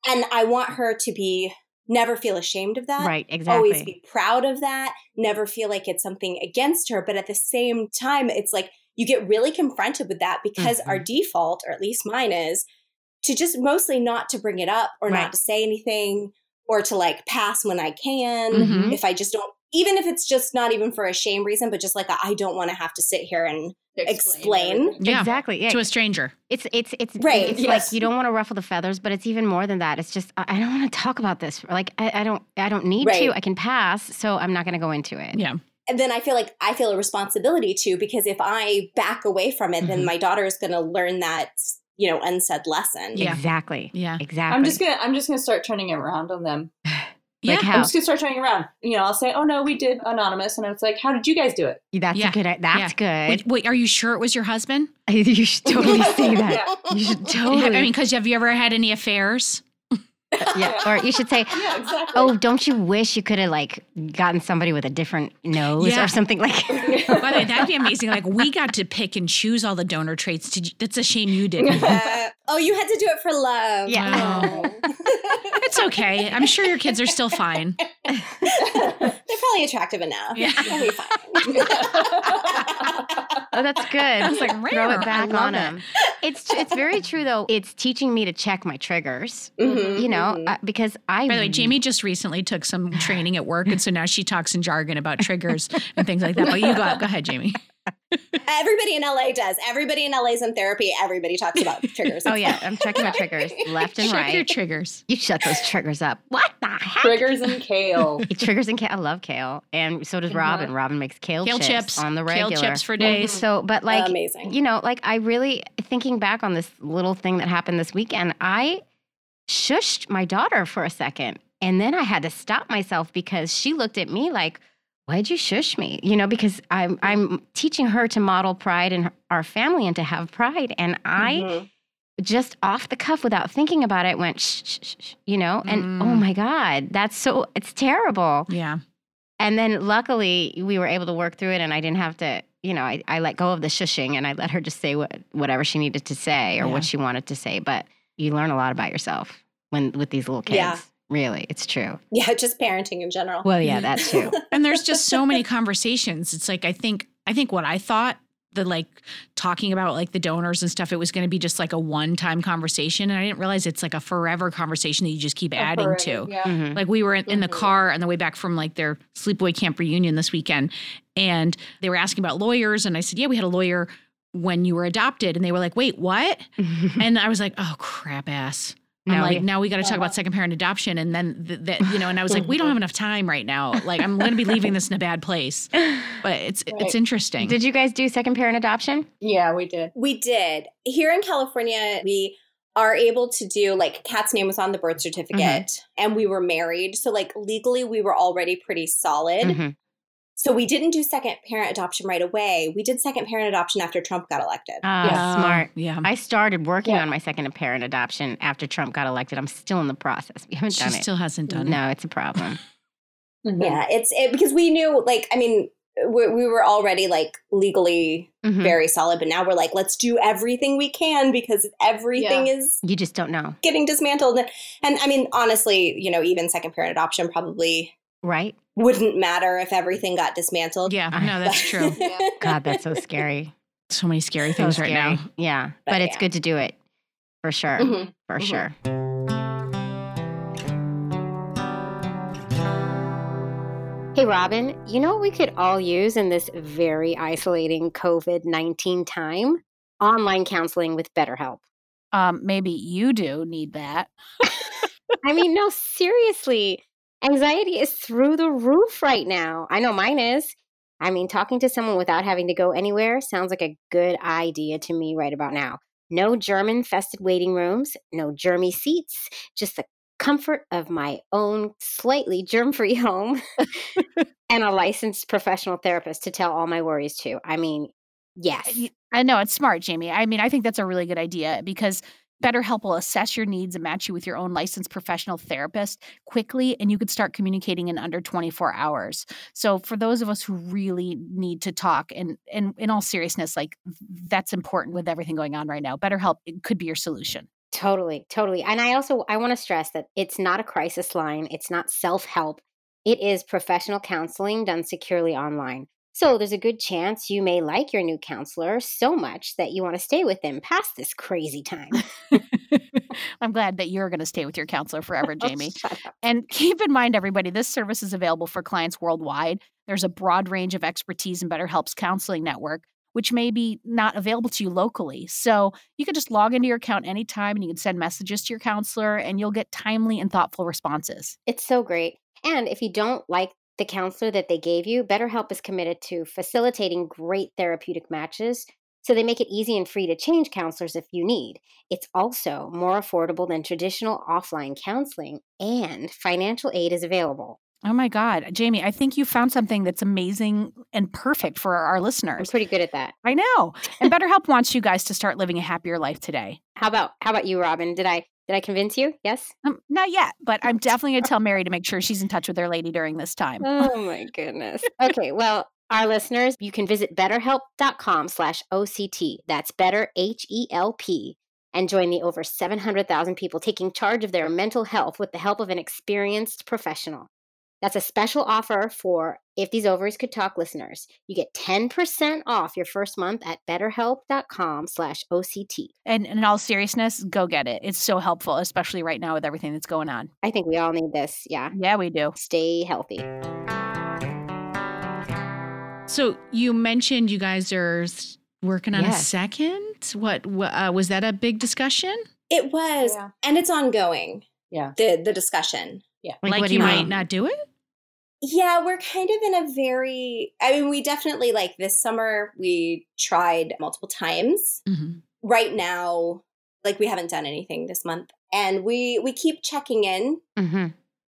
[SPEAKER 7] and I want her to be never feel ashamed of that
[SPEAKER 8] Right, exactly.
[SPEAKER 7] always be proud of that never feel like it's something against her but at the same time it's like you get really confronted with that because our default or at least mine is to just mostly not to bring it up or
[SPEAKER 3] Right.
[SPEAKER 7] not to say anything or to like pass when i can
[SPEAKER 3] Mhm.
[SPEAKER 7] if i just don't even if it's just not even for a shame reason but just like I i don't want to have to sit here and explain,
[SPEAKER 3] Yeah.
[SPEAKER 8] Exactly. Yeah.
[SPEAKER 3] To a stranger.
[SPEAKER 8] It's it's it's
[SPEAKER 7] Right,
[SPEAKER 8] It's
[SPEAKER 7] yes.
[SPEAKER 8] like you don't want to ruffle the feathers, but it's even more than that. It's just I, I don't want to talk about this. Like I, I don't I don't need
[SPEAKER 7] Right.
[SPEAKER 8] to. I can pass, so I'm not going to go into it.
[SPEAKER 3] Yeah.
[SPEAKER 7] and then I feel like I feel a responsibility too because if I back away from it, then
[SPEAKER 8] Mhm.
[SPEAKER 7] my daughter is going to learn that you know unsaid lesson.
[SPEAKER 3] Yeah.
[SPEAKER 8] Exactly.
[SPEAKER 3] Yeah.
[SPEAKER 8] Exactly.
[SPEAKER 6] I'm just gonna I'm just gonna start turning it around on them.
[SPEAKER 3] yeah.
[SPEAKER 8] like how
[SPEAKER 6] I'm just gonna start turning around. You know, I'll say, "Oh no, we did anonymous," and it's like, "How did you guys do it?"
[SPEAKER 8] That's
[SPEAKER 3] Yeah.
[SPEAKER 8] a good. That's
[SPEAKER 3] Wait,
[SPEAKER 8] good.
[SPEAKER 3] wait, are you sure it was your husband?
[SPEAKER 8] you should totally say that. You should totally.
[SPEAKER 3] I mean, because have you ever had any affairs?
[SPEAKER 8] yeah. Or you should say,
[SPEAKER 6] Yeah, exactly.
[SPEAKER 8] "Oh, don't you wish you could have like gotten somebody with a different nose
[SPEAKER 3] Yeah.
[SPEAKER 8] or something like?"
[SPEAKER 3] By the way, that'd be amazing. Like we got to pick and choose all the donor traits. Did you, that's a shame you didn't.
[SPEAKER 7] Uh, oh, you had to do it for love.
[SPEAKER 8] Yeah.
[SPEAKER 7] Oh.
[SPEAKER 3] It's okay. I'm sure your kids are still fine.
[SPEAKER 7] They're probably attractive enough.
[SPEAKER 3] Yeah.
[SPEAKER 7] They'll be
[SPEAKER 8] Mm-hmm,
[SPEAKER 7] fine.
[SPEAKER 8] oh, that's good. It's
[SPEAKER 3] like,
[SPEAKER 8] throw
[SPEAKER 3] rare.
[SPEAKER 8] it
[SPEAKER 3] I
[SPEAKER 8] back
[SPEAKER 3] love
[SPEAKER 8] on
[SPEAKER 3] it.
[SPEAKER 8] them. It's tr- it's very true though. It's teaching me to check my triggers.
[SPEAKER 7] Mhm,
[SPEAKER 8] You know,
[SPEAKER 7] mhm.
[SPEAKER 8] uh, because I.
[SPEAKER 3] Mm-hmm. By the way, Jamie just recently took some training at work, and so now she talks in jargon about triggers and things like that. But you go, go ahead, Jamie.
[SPEAKER 7] Everybody in LA does. Everybody in LA is in therapy. Everybody talks about triggers.
[SPEAKER 8] Oh yeah, I'm checking my triggers left and
[SPEAKER 3] Check
[SPEAKER 8] right.
[SPEAKER 3] your triggers.
[SPEAKER 8] you shut those triggers up. What the heck?
[SPEAKER 6] Triggers and kale.
[SPEAKER 8] It triggers and kale. I love kale, and so does Robin. Robin makes kale,
[SPEAKER 3] Kale chips,
[SPEAKER 8] on the regular.
[SPEAKER 3] Kale chips for
[SPEAKER 6] Mm-hmm.
[SPEAKER 3] days.
[SPEAKER 8] So, but like,
[SPEAKER 7] Amazing.
[SPEAKER 8] you know, like I really thinking back on this little thing that happened this weekend, I shushed my daughter for a second, and then I had to stop myself because she looked at me like, "Why'd you shush me?" You know, because I'm I'm teaching her to model pride in our family and to have pride, and I
[SPEAKER 7] Mm-hmm.
[SPEAKER 6] Mhm.
[SPEAKER 8] just off the cuff without thinking about it went shh, shh, shh, shh, you know and oh
[SPEAKER 3] Mm.
[SPEAKER 8] my god that's so it's terrible
[SPEAKER 3] Yeah.
[SPEAKER 8] and then luckily we were able to work through it and i didn't have to you know i, I let go of the shushing and i let her just say what, whatever she needed to say or
[SPEAKER 3] Yeah.
[SPEAKER 8] what she wanted to say but you learn a lot about yourself when with these little kids
[SPEAKER 7] Yeah.
[SPEAKER 8] really it's true
[SPEAKER 7] Yeah, just parenting in general.
[SPEAKER 8] well yeah that too
[SPEAKER 3] And there's just so many conversations. It's like I think I think what I thought the like talking about like the donors and stuff, it was going to be just like a one time conversation, and I didn't realize it's like a forever conversation that you just keep adding
[SPEAKER 6] Forever,
[SPEAKER 3] to.
[SPEAKER 6] Yeah. Mm-hmm.
[SPEAKER 8] Mhm.
[SPEAKER 3] Like we were in, in the
[SPEAKER 7] Mhm.
[SPEAKER 3] car on the way back from like their sleepaway camp reunion this weekend, and they were asking about lawyers, and I said, "Yeah, we had a lawyer when you were adopted," and they were like, "Wait, what?" and I was like, "Oh crap, ass." I'm
[SPEAKER 8] No,
[SPEAKER 3] like,
[SPEAKER 8] yeah.
[SPEAKER 3] now we got to talk about second parent adoption, and then th- that you know, and I was like, we don't have enough time right now. Like, I'm going to be leaving this in a bad place. But it's it's
[SPEAKER 6] Right.
[SPEAKER 3] interesting.
[SPEAKER 8] did you guys do second parent adoption
[SPEAKER 6] yeah, we did.
[SPEAKER 7] We did. Here in California, we are able to do like Kat's name was on the
[SPEAKER 8] Mm-hmm.
[SPEAKER 7] birth certificate and we were married. So like legally we were already pretty solid.
[SPEAKER 8] Mhm.
[SPEAKER 7] So we didn't do second parent adoption right away. We did second parent adoption after Trump got elected.
[SPEAKER 8] Ah,
[SPEAKER 10] Yeah.
[SPEAKER 3] Um,
[SPEAKER 8] smart.
[SPEAKER 10] Yeah.
[SPEAKER 8] I started working
[SPEAKER 6] Yeah.
[SPEAKER 8] on my second parent adoption after Trump got elected. I'm still in the process. We haven't
[SPEAKER 10] She
[SPEAKER 8] done
[SPEAKER 10] still hasn't
[SPEAKER 8] it.
[SPEAKER 10] done it.
[SPEAKER 8] no, it's a problem.
[SPEAKER 6] Mm-hmm.
[SPEAKER 7] Yeah, it's it, because we knew, like, I mean, we, we were already like legally
[SPEAKER 10] Mm-hmm.
[SPEAKER 8] Mhm.
[SPEAKER 7] very solid, but now we're like, let's do everything we can because everything is
[SPEAKER 8] You just don't know,
[SPEAKER 7] getting dismantled. And, and I mean, honestly, you know, even second parent adoption probably
[SPEAKER 8] right?
[SPEAKER 7] wouldn't matter if everything got dismantled.
[SPEAKER 10] Yeah,
[SPEAKER 8] I-
[SPEAKER 10] no, that's true.
[SPEAKER 6] Yeah.
[SPEAKER 8] God, that's so scary.
[SPEAKER 10] So many scary
[SPEAKER 8] So
[SPEAKER 10] things right now.
[SPEAKER 8] scary. Yeah, but,
[SPEAKER 7] But
[SPEAKER 8] it's
[SPEAKER 7] yeah.
[SPEAKER 8] good to do it for sure.
[SPEAKER 7] Mhm.
[SPEAKER 8] For
[SPEAKER 6] Mhm.
[SPEAKER 8] sure.
[SPEAKER 1] Hey, Robin, you know what we could all use in this very isolating COVID 19 time? Online counseling with BetterHelp.
[SPEAKER 3] Um, maybe you do need that.
[SPEAKER 1] I mean, no, seriously. Anxiety is through the roof right now. I know mine is. I mean, talking to someone without having to go anywhere sounds like a good idea to me right about now. No germ infested waiting rooms, no germy seats, just the comfort of my own slightly germ free home and a licensed professional therapist to tell all my worries to. I mean, yes.
[SPEAKER 3] Y- I know it's smart, Jamie. I mean, I think that's a really good idea because BetterHelp will assess your needs and match you with your own licensed professional therapist quickly, and you could start communicating in under 24 hours. So, for those of us who really need to talk, and and in all seriousness, like that's important with everything going on right now. BetterHelp it could be your solution.
[SPEAKER 1] Totally, totally. And I also I want to stress that it's not a crisis line, it's not self-help. It is professional counseling done securely online. So there's a good chance you may like your new counselor so much that you want to stay with them past this crazy time.
[SPEAKER 3] I'm glad that you're going to stay with your counselor forever, Jamie.
[SPEAKER 1] Shut up.
[SPEAKER 3] And keep in mind, everybody, this service is available for clients worldwide. There's a broad range of expertise in BetterHelp's counseling network, which may be not available to you locally. So you can just log into your account anytime and you can send messages to your counselor and you'll get timely and thoughtful responses.
[SPEAKER 1] It's so great. And if you don't like the counselor that they gave you, BetterHelp is committed to facilitating great therapeutic matches. So they make it easy and free to change counselors if you need. It's also more affordable than traditional offline counseling, and financial aid is available.
[SPEAKER 3] Oh my God. Jamie, I think you found something that's amazing and perfect for our
[SPEAKER 1] I'm
[SPEAKER 3] listeners.
[SPEAKER 1] pretty good at that.
[SPEAKER 3] I know. And BetterHelp wants you guys to start living a happier life today.
[SPEAKER 1] How about how about you, Robin? Did I did I convince you? Yes.
[SPEAKER 3] Um, not yet, but I'm definitely going to tell Mary to make sure she's in touch with her lady during this time.
[SPEAKER 7] Uh,
[SPEAKER 1] Oh my goodness. Okay, well, our listeners, you can visit betterhelp.com slash OCT. That's better H E L P. And join the over 700,000 people taking charge of their mental health with the help of an experienced professional. That's a special offer for If These Ovaries Could Talk listeners. You get 10% off your first month at betterhelp.com slash OCT.
[SPEAKER 3] And in all seriousness, go get it. It's so helpful, especially right now with everything that's going on.
[SPEAKER 1] I think we all need this. Yeah.
[SPEAKER 3] Yeah, we do.
[SPEAKER 1] Stay healthy.
[SPEAKER 10] So you mentioned you guys are s- working on a
[SPEAKER 8] Yes.
[SPEAKER 10] second. What wha- uh, was that a big discussion?
[SPEAKER 7] It was,
[SPEAKER 6] Yeah.
[SPEAKER 7] and it's ongoing.
[SPEAKER 6] Yeah.
[SPEAKER 7] The the discussion.
[SPEAKER 10] Like,
[SPEAKER 8] what do
[SPEAKER 10] you
[SPEAKER 8] you
[SPEAKER 10] might
[SPEAKER 8] mean?
[SPEAKER 10] not do it?
[SPEAKER 7] Yeah, we're kind of in a very I mean, we definitely like this summer we tried multiple times.
[SPEAKER 10] Mhm.
[SPEAKER 7] Right now, like we haven't done anything this month. And we we keep checking in
[SPEAKER 8] hmm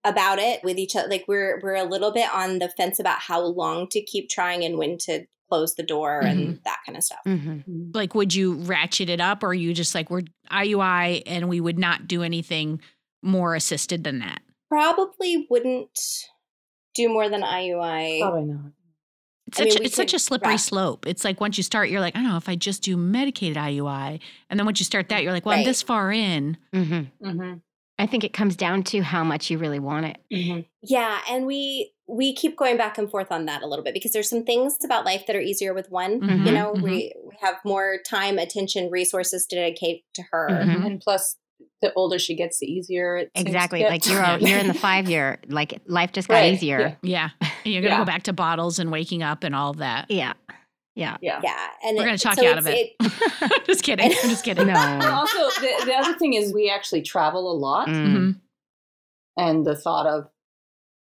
[SPEAKER 7] about it with each other. Like we're we're a little bit on the fence about how long to keep trying and when to close the door
[SPEAKER 10] Mm-hmm.
[SPEAKER 7] and that kind of stuff.
[SPEAKER 8] hmm
[SPEAKER 10] Like, would you ratchet it up, or are you just like we're IUI and we would not do anything more assisted than that?
[SPEAKER 7] Probably wouldn't do more than IUI.
[SPEAKER 6] Probably not.
[SPEAKER 10] It's
[SPEAKER 7] I
[SPEAKER 10] such,
[SPEAKER 7] mean,
[SPEAKER 10] a-
[SPEAKER 7] we
[SPEAKER 10] it's such a
[SPEAKER 7] could
[SPEAKER 10] slippery
[SPEAKER 7] wrap-
[SPEAKER 10] slope. It's like once you start, you're like, I don't know if I just do medicated IUI, and then once you start that, you're like, well, I'm
[SPEAKER 7] Right.
[SPEAKER 10] this far in.
[SPEAKER 8] hmm
[SPEAKER 6] Mm-hmm.
[SPEAKER 8] I think it comes down to how much you really want it.
[SPEAKER 7] Yeah, and we we keep going back and forth on that a little bit because there's some things about life that are easier with one.
[SPEAKER 10] Mhm,
[SPEAKER 7] You know,
[SPEAKER 10] mhm.
[SPEAKER 7] we we have more time, attention, resources to dedicate to her.
[SPEAKER 10] Mm-hmm.
[SPEAKER 8] Mhm.
[SPEAKER 6] And plus, the older she gets, the easier it seems to
[SPEAKER 8] Exactly.
[SPEAKER 6] get.
[SPEAKER 8] Like you're al- you're in the five year. Like life just got
[SPEAKER 6] Right,
[SPEAKER 8] easier.
[SPEAKER 10] Yeah, And you're gonna
[SPEAKER 6] Yeah.
[SPEAKER 10] go back to bottles and waking up and all of that.
[SPEAKER 8] Yeah. Yeah.
[SPEAKER 6] yeah.
[SPEAKER 7] Yeah, and
[SPEAKER 10] We're gonna talk
[SPEAKER 7] so
[SPEAKER 10] you out of
[SPEAKER 7] it's-
[SPEAKER 10] it. just kidding. I'm just kidding.
[SPEAKER 6] And
[SPEAKER 8] No.
[SPEAKER 6] also, the, the other thing is we actually travel a lot,
[SPEAKER 8] Mm.
[SPEAKER 10] hmm
[SPEAKER 6] and the thought of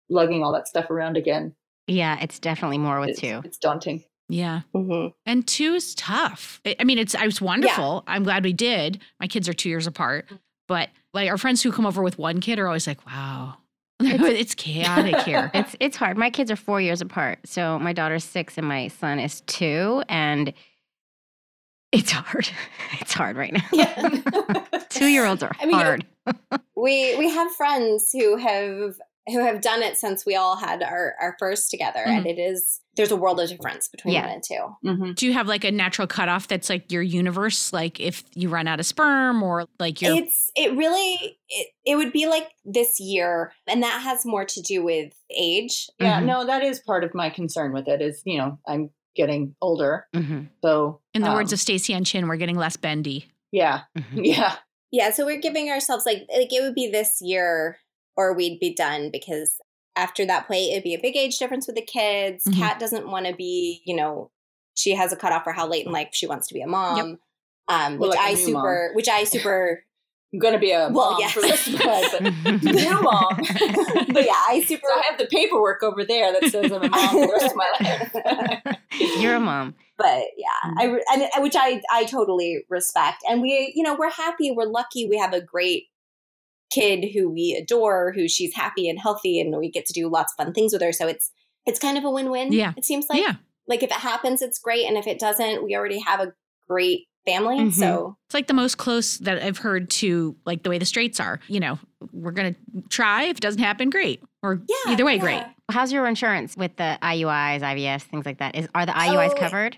[SPEAKER 6] lugging all that stuff around again
[SPEAKER 8] Yeah, it's definitely more with
[SPEAKER 6] it's,
[SPEAKER 8] two.
[SPEAKER 6] it's daunting.
[SPEAKER 10] Yeah.
[SPEAKER 7] Mhm.
[SPEAKER 10] And two's tough. I I mean, it's it's wonderful. I'm glad we did. My kids are two years apart, but like our friends who come over with one kid are always like, "Wow." They're
[SPEAKER 3] it's chaotic here.
[SPEAKER 8] It's it's hard. My kids are four years apart, so my daughter's six and my son is two, and it's hard. It's hard right now.
[SPEAKER 7] Yeah.
[SPEAKER 8] Two year olds are
[SPEAKER 7] I mean, you know,
[SPEAKER 8] hard.
[SPEAKER 7] we we have friends who have who have done it since we all had our our first together and
[SPEAKER 6] Mm-hmm.
[SPEAKER 7] it is there's a world of difference between
[SPEAKER 8] Yeah.
[SPEAKER 7] the one and two
[SPEAKER 6] hmm
[SPEAKER 3] Do you have like a natural cutoff that's like your universe? Like if you run out of sperm or like your
[SPEAKER 7] it's it really it, it would be like this year and that has more to do with age
[SPEAKER 6] Yeah,
[SPEAKER 8] Mhm.
[SPEAKER 6] no, that is part of my concern with it. Is you know I'm getting older,
[SPEAKER 8] Mhm,
[SPEAKER 6] so
[SPEAKER 3] in the
[SPEAKER 6] um,
[SPEAKER 3] words of Stacey and Chin, we're getting less bendy.
[SPEAKER 6] yeah,
[SPEAKER 8] mhm.
[SPEAKER 6] yeah,
[SPEAKER 7] yeah so we're giving ourselves like like it would be this year or we'd be done because after that play it'd be a big age difference with the kids
[SPEAKER 6] Mm-hmm.
[SPEAKER 3] Mhm.
[SPEAKER 7] kat doesn't want to be you know she has a cutoff for how late in life she wants to be a mom um
[SPEAKER 6] Well, Mm. like
[SPEAKER 7] which
[SPEAKER 6] a
[SPEAKER 7] i
[SPEAKER 6] new mom.
[SPEAKER 7] super which i super
[SPEAKER 6] I'm gonna be a
[SPEAKER 7] Well,
[SPEAKER 6] mom
[SPEAKER 7] yes.
[SPEAKER 6] for the rest of my life. But
[SPEAKER 8] Mm-hmm.
[SPEAKER 6] new mom.
[SPEAKER 7] but yeah i super
[SPEAKER 6] So I have the paperwork over there that says I'm a mom for the rest of my life.
[SPEAKER 8] You're a mom.
[SPEAKER 7] but yeah, I re- and and which I I totally respect, and we you know we're happy, we're lucky, we have a great kid who we adore, who she's happy and healthy, and we get to do lots of fun things with her. So it's it's kind of a win win.
[SPEAKER 3] Yeah.
[SPEAKER 7] it seems like
[SPEAKER 3] yeah.
[SPEAKER 7] like if it happens, it's great, and if it doesn't, we already have a great family.
[SPEAKER 8] Mhm.
[SPEAKER 7] So
[SPEAKER 3] It's like the most close that I've heard to like the way the straights are. You know, we're gonna try. If it doesn't happen, great. Or
[SPEAKER 7] yeah,
[SPEAKER 3] either way,
[SPEAKER 7] yeah.
[SPEAKER 3] great.
[SPEAKER 8] How's your insurance with the IUIs, IVFs, things like that? Is are the IUIs
[SPEAKER 7] Oh,
[SPEAKER 8] covered?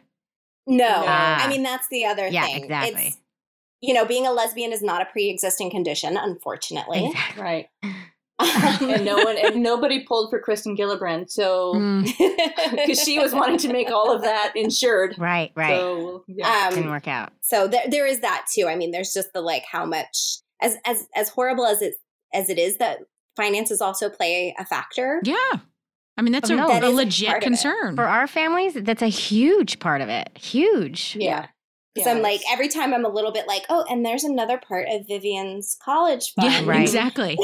[SPEAKER 7] No,
[SPEAKER 8] Ah.
[SPEAKER 7] I mean that's the other
[SPEAKER 8] Yeah,
[SPEAKER 7] thing.
[SPEAKER 8] exactly.
[SPEAKER 7] It's, you know, being a lesbian is not a pre existing condition, unfortunately.
[SPEAKER 8] Exactly.
[SPEAKER 6] Right. and no one and nobody pulled for Kristen Gillibrand, so
[SPEAKER 3] Mm.
[SPEAKER 6] because she was wanting to make all of that insured.
[SPEAKER 8] Right, right.
[SPEAKER 6] So yeah.
[SPEAKER 7] Um,
[SPEAKER 8] Didn't work out.
[SPEAKER 3] Mm-hmm.
[SPEAKER 7] so there, there is that too i mean there's just the like how much as as as horrible as it as it is that finances also play a factor
[SPEAKER 3] Yeah. I mean, that's a,
[SPEAKER 8] No,
[SPEAKER 3] a
[SPEAKER 7] that is a
[SPEAKER 3] legit
[SPEAKER 7] part of it.
[SPEAKER 3] concern.
[SPEAKER 8] For our families, that's a huge part of it. Huge.
[SPEAKER 6] yeah.
[SPEAKER 7] because i'm like every time i'm a little bit like oh and there's another part of vivian's college
[SPEAKER 3] yeah,
[SPEAKER 7] fund
[SPEAKER 8] Right.
[SPEAKER 3] exactly.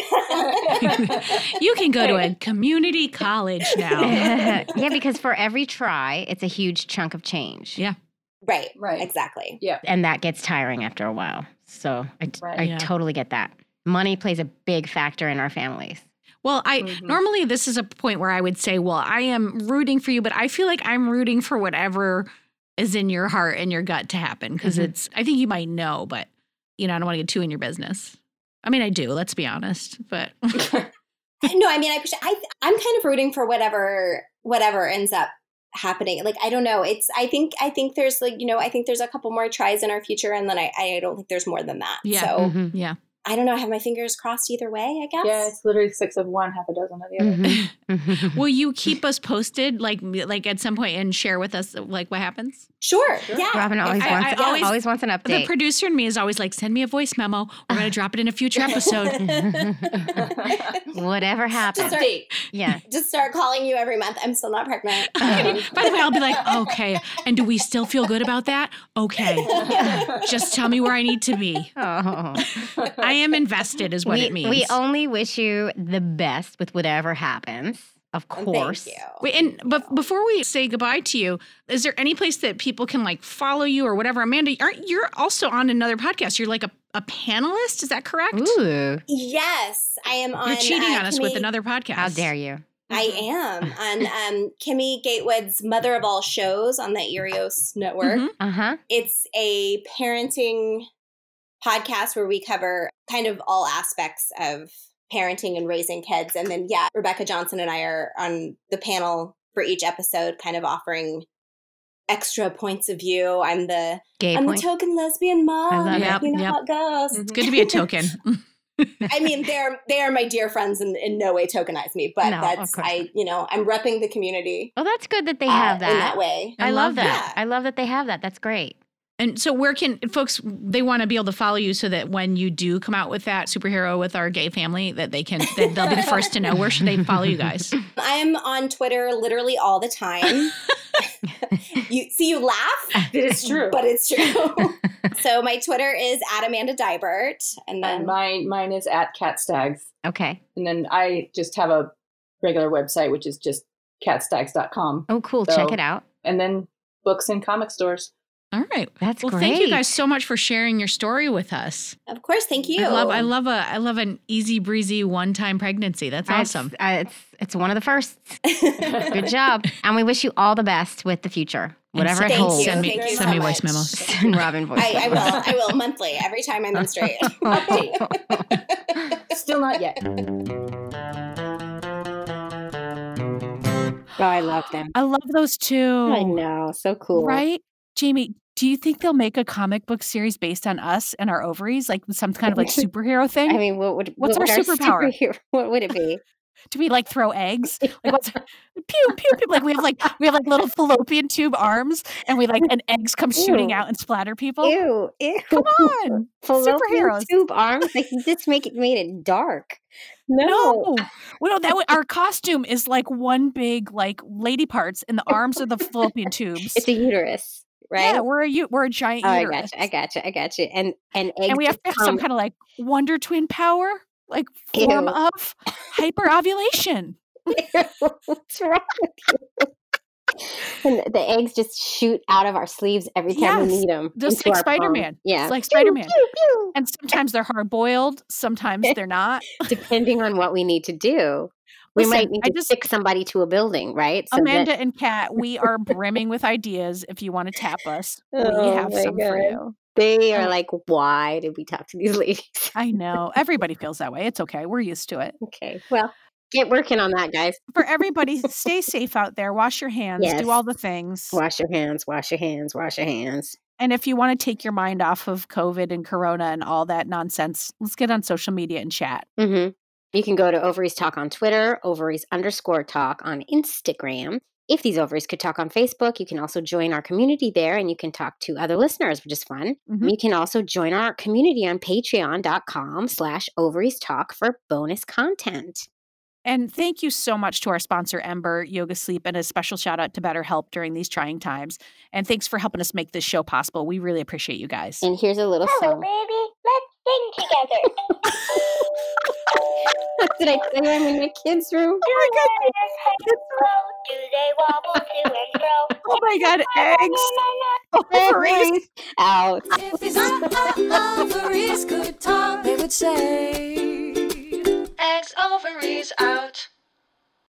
[SPEAKER 3] you can go to a community college now.
[SPEAKER 8] yeah, because for every try, it's a huge chunk of change.
[SPEAKER 3] Yeah.
[SPEAKER 7] right
[SPEAKER 6] Right.
[SPEAKER 7] exactly
[SPEAKER 8] And that gets tiring after a while. So I,
[SPEAKER 6] Right.
[SPEAKER 8] I
[SPEAKER 3] Yeah.
[SPEAKER 8] totally get that. Money plays a big factor in our families.
[SPEAKER 3] Well, I
[SPEAKER 6] Mhm.
[SPEAKER 3] normally this is a point where I would say, well, I am rooting for you, but I feel like I'm rooting for whatever is in your heart and your gut to happen because
[SPEAKER 8] Mhm.
[SPEAKER 3] it's. I think you might know, but you know, I don't want to get too in your business. I mean, I do. Let's be honest, but
[SPEAKER 7] no i mean i appreciate i i'm kind of rooting for whatever whatever ends up happening like i don't know it's i think i think there's like you know i think there's a couple more tries in our future and then i i don't think there's more than that
[SPEAKER 3] Yeah.
[SPEAKER 7] so
[SPEAKER 8] Mhm.
[SPEAKER 3] yeah.
[SPEAKER 7] i don't know i have my fingers crossed either way i guess
[SPEAKER 6] Yeah, it's literally six of one, half a dozen of the
[SPEAKER 3] Mm-hmm.
[SPEAKER 6] other.
[SPEAKER 8] Mhm. Mhm.
[SPEAKER 3] Will you keep us posted, like like at some point, and share with us like what happens?
[SPEAKER 7] Sure.
[SPEAKER 6] Sure.
[SPEAKER 7] Yeah.
[SPEAKER 8] Robin always
[SPEAKER 3] I-
[SPEAKER 8] wants
[SPEAKER 3] I
[SPEAKER 8] always,
[SPEAKER 3] always-
[SPEAKER 8] wants an
[SPEAKER 3] The
[SPEAKER 8] update.
[SPEAKER 3] producer in me is always like, send me a voice memo. We're gonna drop it in a future episode.
[SPEAKER 8] Whatever happens.
[SPEAKER 7] Just
[SPEAKER 6] Date.
[SPEAKER 8] yeah.
[SPEAKER 7] Just start calling you every month. I'm still not pregnant.
[SPEAKER 3] By the way, I'll be like, okay. And do we still feel good about that? Okay.
[SPEAKER 7] Um,
[SPEAKER 3] Just tell me where I need to be.
[SPEAKER 8] Oh.
[SPEAKER 3] I am invested, is what
[SPEAKER 8] we,
[SPEAKER 3] it means.
[SPEAKER 8] we only wish you the best with whatever happens, of course.
[SPEAKER 7] Thank you.
[SPEAKER 3] Wait, and but before we say goodbye to you, is there any place that people can like follow you or whatever? Amanda, aren't you're also on another podcast? You're like a, a panelist, is that correct?
[SPEAKER 8] Ooh.
[SPEAKER 7] yes, I am on.
[SPEAKER 3] You're cheating
[SPEAKER 7] uh,
[SPEAKER 3] on us with
[SPEAKER 7] Kimmy-
[SPEAKER 3] another podcast.
[SPEAKER 8] How dare you?
[SPEAKER 7] I am on um, Kimmy Gatewood's Mother of All Shows on the Erios Network.
[SPEAKER 3] Mhm.
[SPEAKER 8] Uh huh.
[SPEAKER 7] It's a parenting podcast where we cover kind of all aspects of parenting and raising kids. And then, yeah, Rebecca Johnson and I are on the panel for each episode, kind of offering extra points of view. I'm the
[SPEAKER 8] Gay
[SPEAKER 7] I'm
[SPEAKER 8] point.
[SPEAKER 7] the token lesbian mom.
[SPEAKER 8] love
[SPEAKER 3] it.
[SPEAKER 7] You know
[SPEAKER 3] Yep,
[SPEAKER 7] how it goes.
[SPEAKER 3] It's good to be a token.
[SPEAKER 7] I mean, they're they are my dear friends and in no way tokenize me, but
[SPEAKER 8] No, of
[SPEAKER 7] that's
[SPEAKER 8] course
[SPEAKER 7] I you know I'm repping the community
[SPEAKER 8] oh, that's good that they
[SPEAKER 7] uh,
[SPEAKER 8] have
[SPEAKER 7] in that way.
[SPEAKER 8] I,
[SPEAKER 3] I
[SPEAKER 8] love
[SPEAKER 3] love
[SPEAKER 8] that.
[SPEAKER 7] that.
[SPEAKER 8] I love that they have that. That's great.
[SPEAKER 3] And so, where can folks? They want to be able to follow you so that when you do come out with that superhero with our gay family, that they can that they'll be the first to know. Where should they follow you guys?
[SPEAKER 7] I'm on Twitter literally all the time. you see, you laugh,
[SPEAKER 6] It is true.
[SPEAKER 7] but it's true. so my Twitter is at Amanda Dybert, and
[SPEAKER 6] and
[SPEAKER 7] then
[SPEAKER 6] mine mine is at Cat Stags.
[SPEAKER 8] Okay.
[SPEAKER 6] And then I just have a regular website which is just catstags.com.
[SPEAKER 8] Oh, cool. Check
[SPEAKER 6] So-
[SPEAKER 8] it out.
[SPEAKER 6] And then books in comic stores.
[SPEAKER 10] All right.
[SPEAKER 8] That's
[SPEAKER 10] well,
[SPEAKER 8] great.
[SPEAKER 10] thank you guys so much for sharing your story with us.
[SPEAKER 7] Of course, thank you.
[SPEAKER 10] I love I love a I love an easy breezy one time pregnancy. That's
[SPEAKER 8] That's-
[SPEAKER 10] awesome.
[SPEAKER 8] uh, it's it's one of the firsts.
[SPEAKER 7] love.
[SPEAKER 8] Good job, and we wish you all the best with the future, whatever
[SPEAKER 10] And
[SPEAKER 8] it
[SPEAKER 10] send-
[SPEAKER 7] Thank
[SPEAKER 8] holds.
[SPEAKER 7] you.
[SPEAKER 10] Send me
[SPEAKER 7] Thank you
[SPEAKER 10] send me
[SPEAKER 7] so
[SPEAKER 10] voice
[SPEAKER 7] much.
[SPEAKER 10] memos.
[SPEAKER 8] And Robin voice.
[SPEAKER 7] I, I will. I will monthly every time I menstruate. Update.
[SPEAKER 6] Still not yet.
[SPEAKER 1] Oh, I love them.
[SPEAKER 3] I love those two.
[SPEAKER 1] I know. So cool.
[SPEAKER 3] Right? Jamie, do you think they'll make a comic book series based on us and our ovaries? Like some kind of like superhero thing?
[SPEAKER 1] I mean, what would
[SPEAKER 3] What's
[SPEAKER 1] what
[SPEAKER 3] our
[SPEAKER 1] would
[SPEAKER 3] superpower?
[SPEAKER 1] superhero- what would it be?
[SPEAKER 3] do we like throw eggs? Like what's pew pew pew like we have like we have like little fallopian tube arms and we like and eggs come shooting
[SPEAKER 1] Ew.
[SPEAKER 3] out and splatter people?
[SPEAKER 1] ew, ew.
[SPEAKER 3] Come on.
[SPEAKER 1] Fallopian
[SPEAKER 3] superheroes.
[SPEAKER 1] tube arms. Like you just make it made it dark. No.
[SPEAKER 3] No. Well, that way our costume is like one big like lady parts and the arms are the fallopian tubes.
[SPEAKER 1] It's a uterus, right?
[SPEAKER 3] Yeah, we're a u- we're a giant
[SPEAKER 1] oh, I
[SPEAKER 3] uterus.
[SPEAKER 1] gotcha. I gotcha. I gotcha. And and eggs
[SPEAKER 3] and we have to have some
[SPEAKER 1] become-
[SPEAKER 3] kind of like Wonder Twin power, like
[SPEAKER 1] Ew.
[SPEAKER 3] form of hyperovulation.
[SPEAKER 1] What's wrong with you? And the eggs just shoot out of our sleeves every time we
[SPEAKER 3] Yes,
[SPEAKER 1] need them.
[SPEAKER 3] just like Spider-Man.
[SPEAKER 1] Yeah.
[SPEAKER 3] It's like
[SPEAKER 1] Pew,
[SPEAKER 3] Spider-Man.
[SPEAKER 1] pew, pew,
[SPEAKER 3] And sometimes they're hard boiled, sometimes they're not.
[SPEAKER 1] Depending on what we need to do, we might
[SPEAKER 3] Listen,
[SPEAKER 1] need
[SPEAKER 3] I
[SPEAKER 1] to
[SPEAKER 3] just-
[SPEAKER 1] stick somebody to a building, right? that-
[SPEAKER 3] Amanda and Kat, we are brimming with ideas. If you want to tap us, we
[SPEAKER 1] Oh
[SPEAKER 3] have
[SPEAKER 1] my
[SPEAKER 3] some for
[SPEAKER 1] God.
[SPEAKER 3] you.
[SPEAKER 1] They are
[SPEAKER 3] Oh.
[SPEAKER 1] like, why did we talk to these ladies?
[SPEAKER 3] I know everybody feels that way. It's okay. We're used to it.
[SPEAKER 1] okay. Well, get working on that, guys.
[SPEAKER 3] For everybody, stay safe out there. Wash your hands.
[SPEAKER 1] Yes.
[SPEAKER 3] Do all the things.
[SPEAKER 1] Wash your hands, wash your hands, wash your hands.
[SPEAKER 3] And if you want to take your mind off of COVID and Corona and all that nonsense, let's get on social media and chat.
[SPEAKER 1] hmm You can go to Ovaries Talk on Twitter, Ovaries underscore talk on Instagram. If these ovaries could talk on Facebook, you can also join our community there and you can talk to other listeners, which is fun.
[SPEAKER 3] Mhm.
[SPEAKER 1] You can also join our community on patreon.com slash ovaries talk for bonus content.
[SPEAKER 3] And thank you so much to our sponsor, Ember Yoga Sleep, and a special shout out to BetterHelp during these trying times. And thanks for helping us make this show possible. We really appreciate you guys.
[SPEAKER 1] And here's a little
[SPEAKER 4] Hello,
[SPEAKER 1] song.
[SPEAKER 4] baby. Let's sing together.
[SPEAKER 1] Did I tell you I'm in my kids' room?
[SPEAKER 4] Do this high and low? Do they wobble to and fro?
[SPEAKER 3] Oh my God, eggs, Oh, ovaries.
[SPEAKER 1] Out.
[SPEAKER 4] If his ovaries could talk, they would say, Eggs, ovaries out.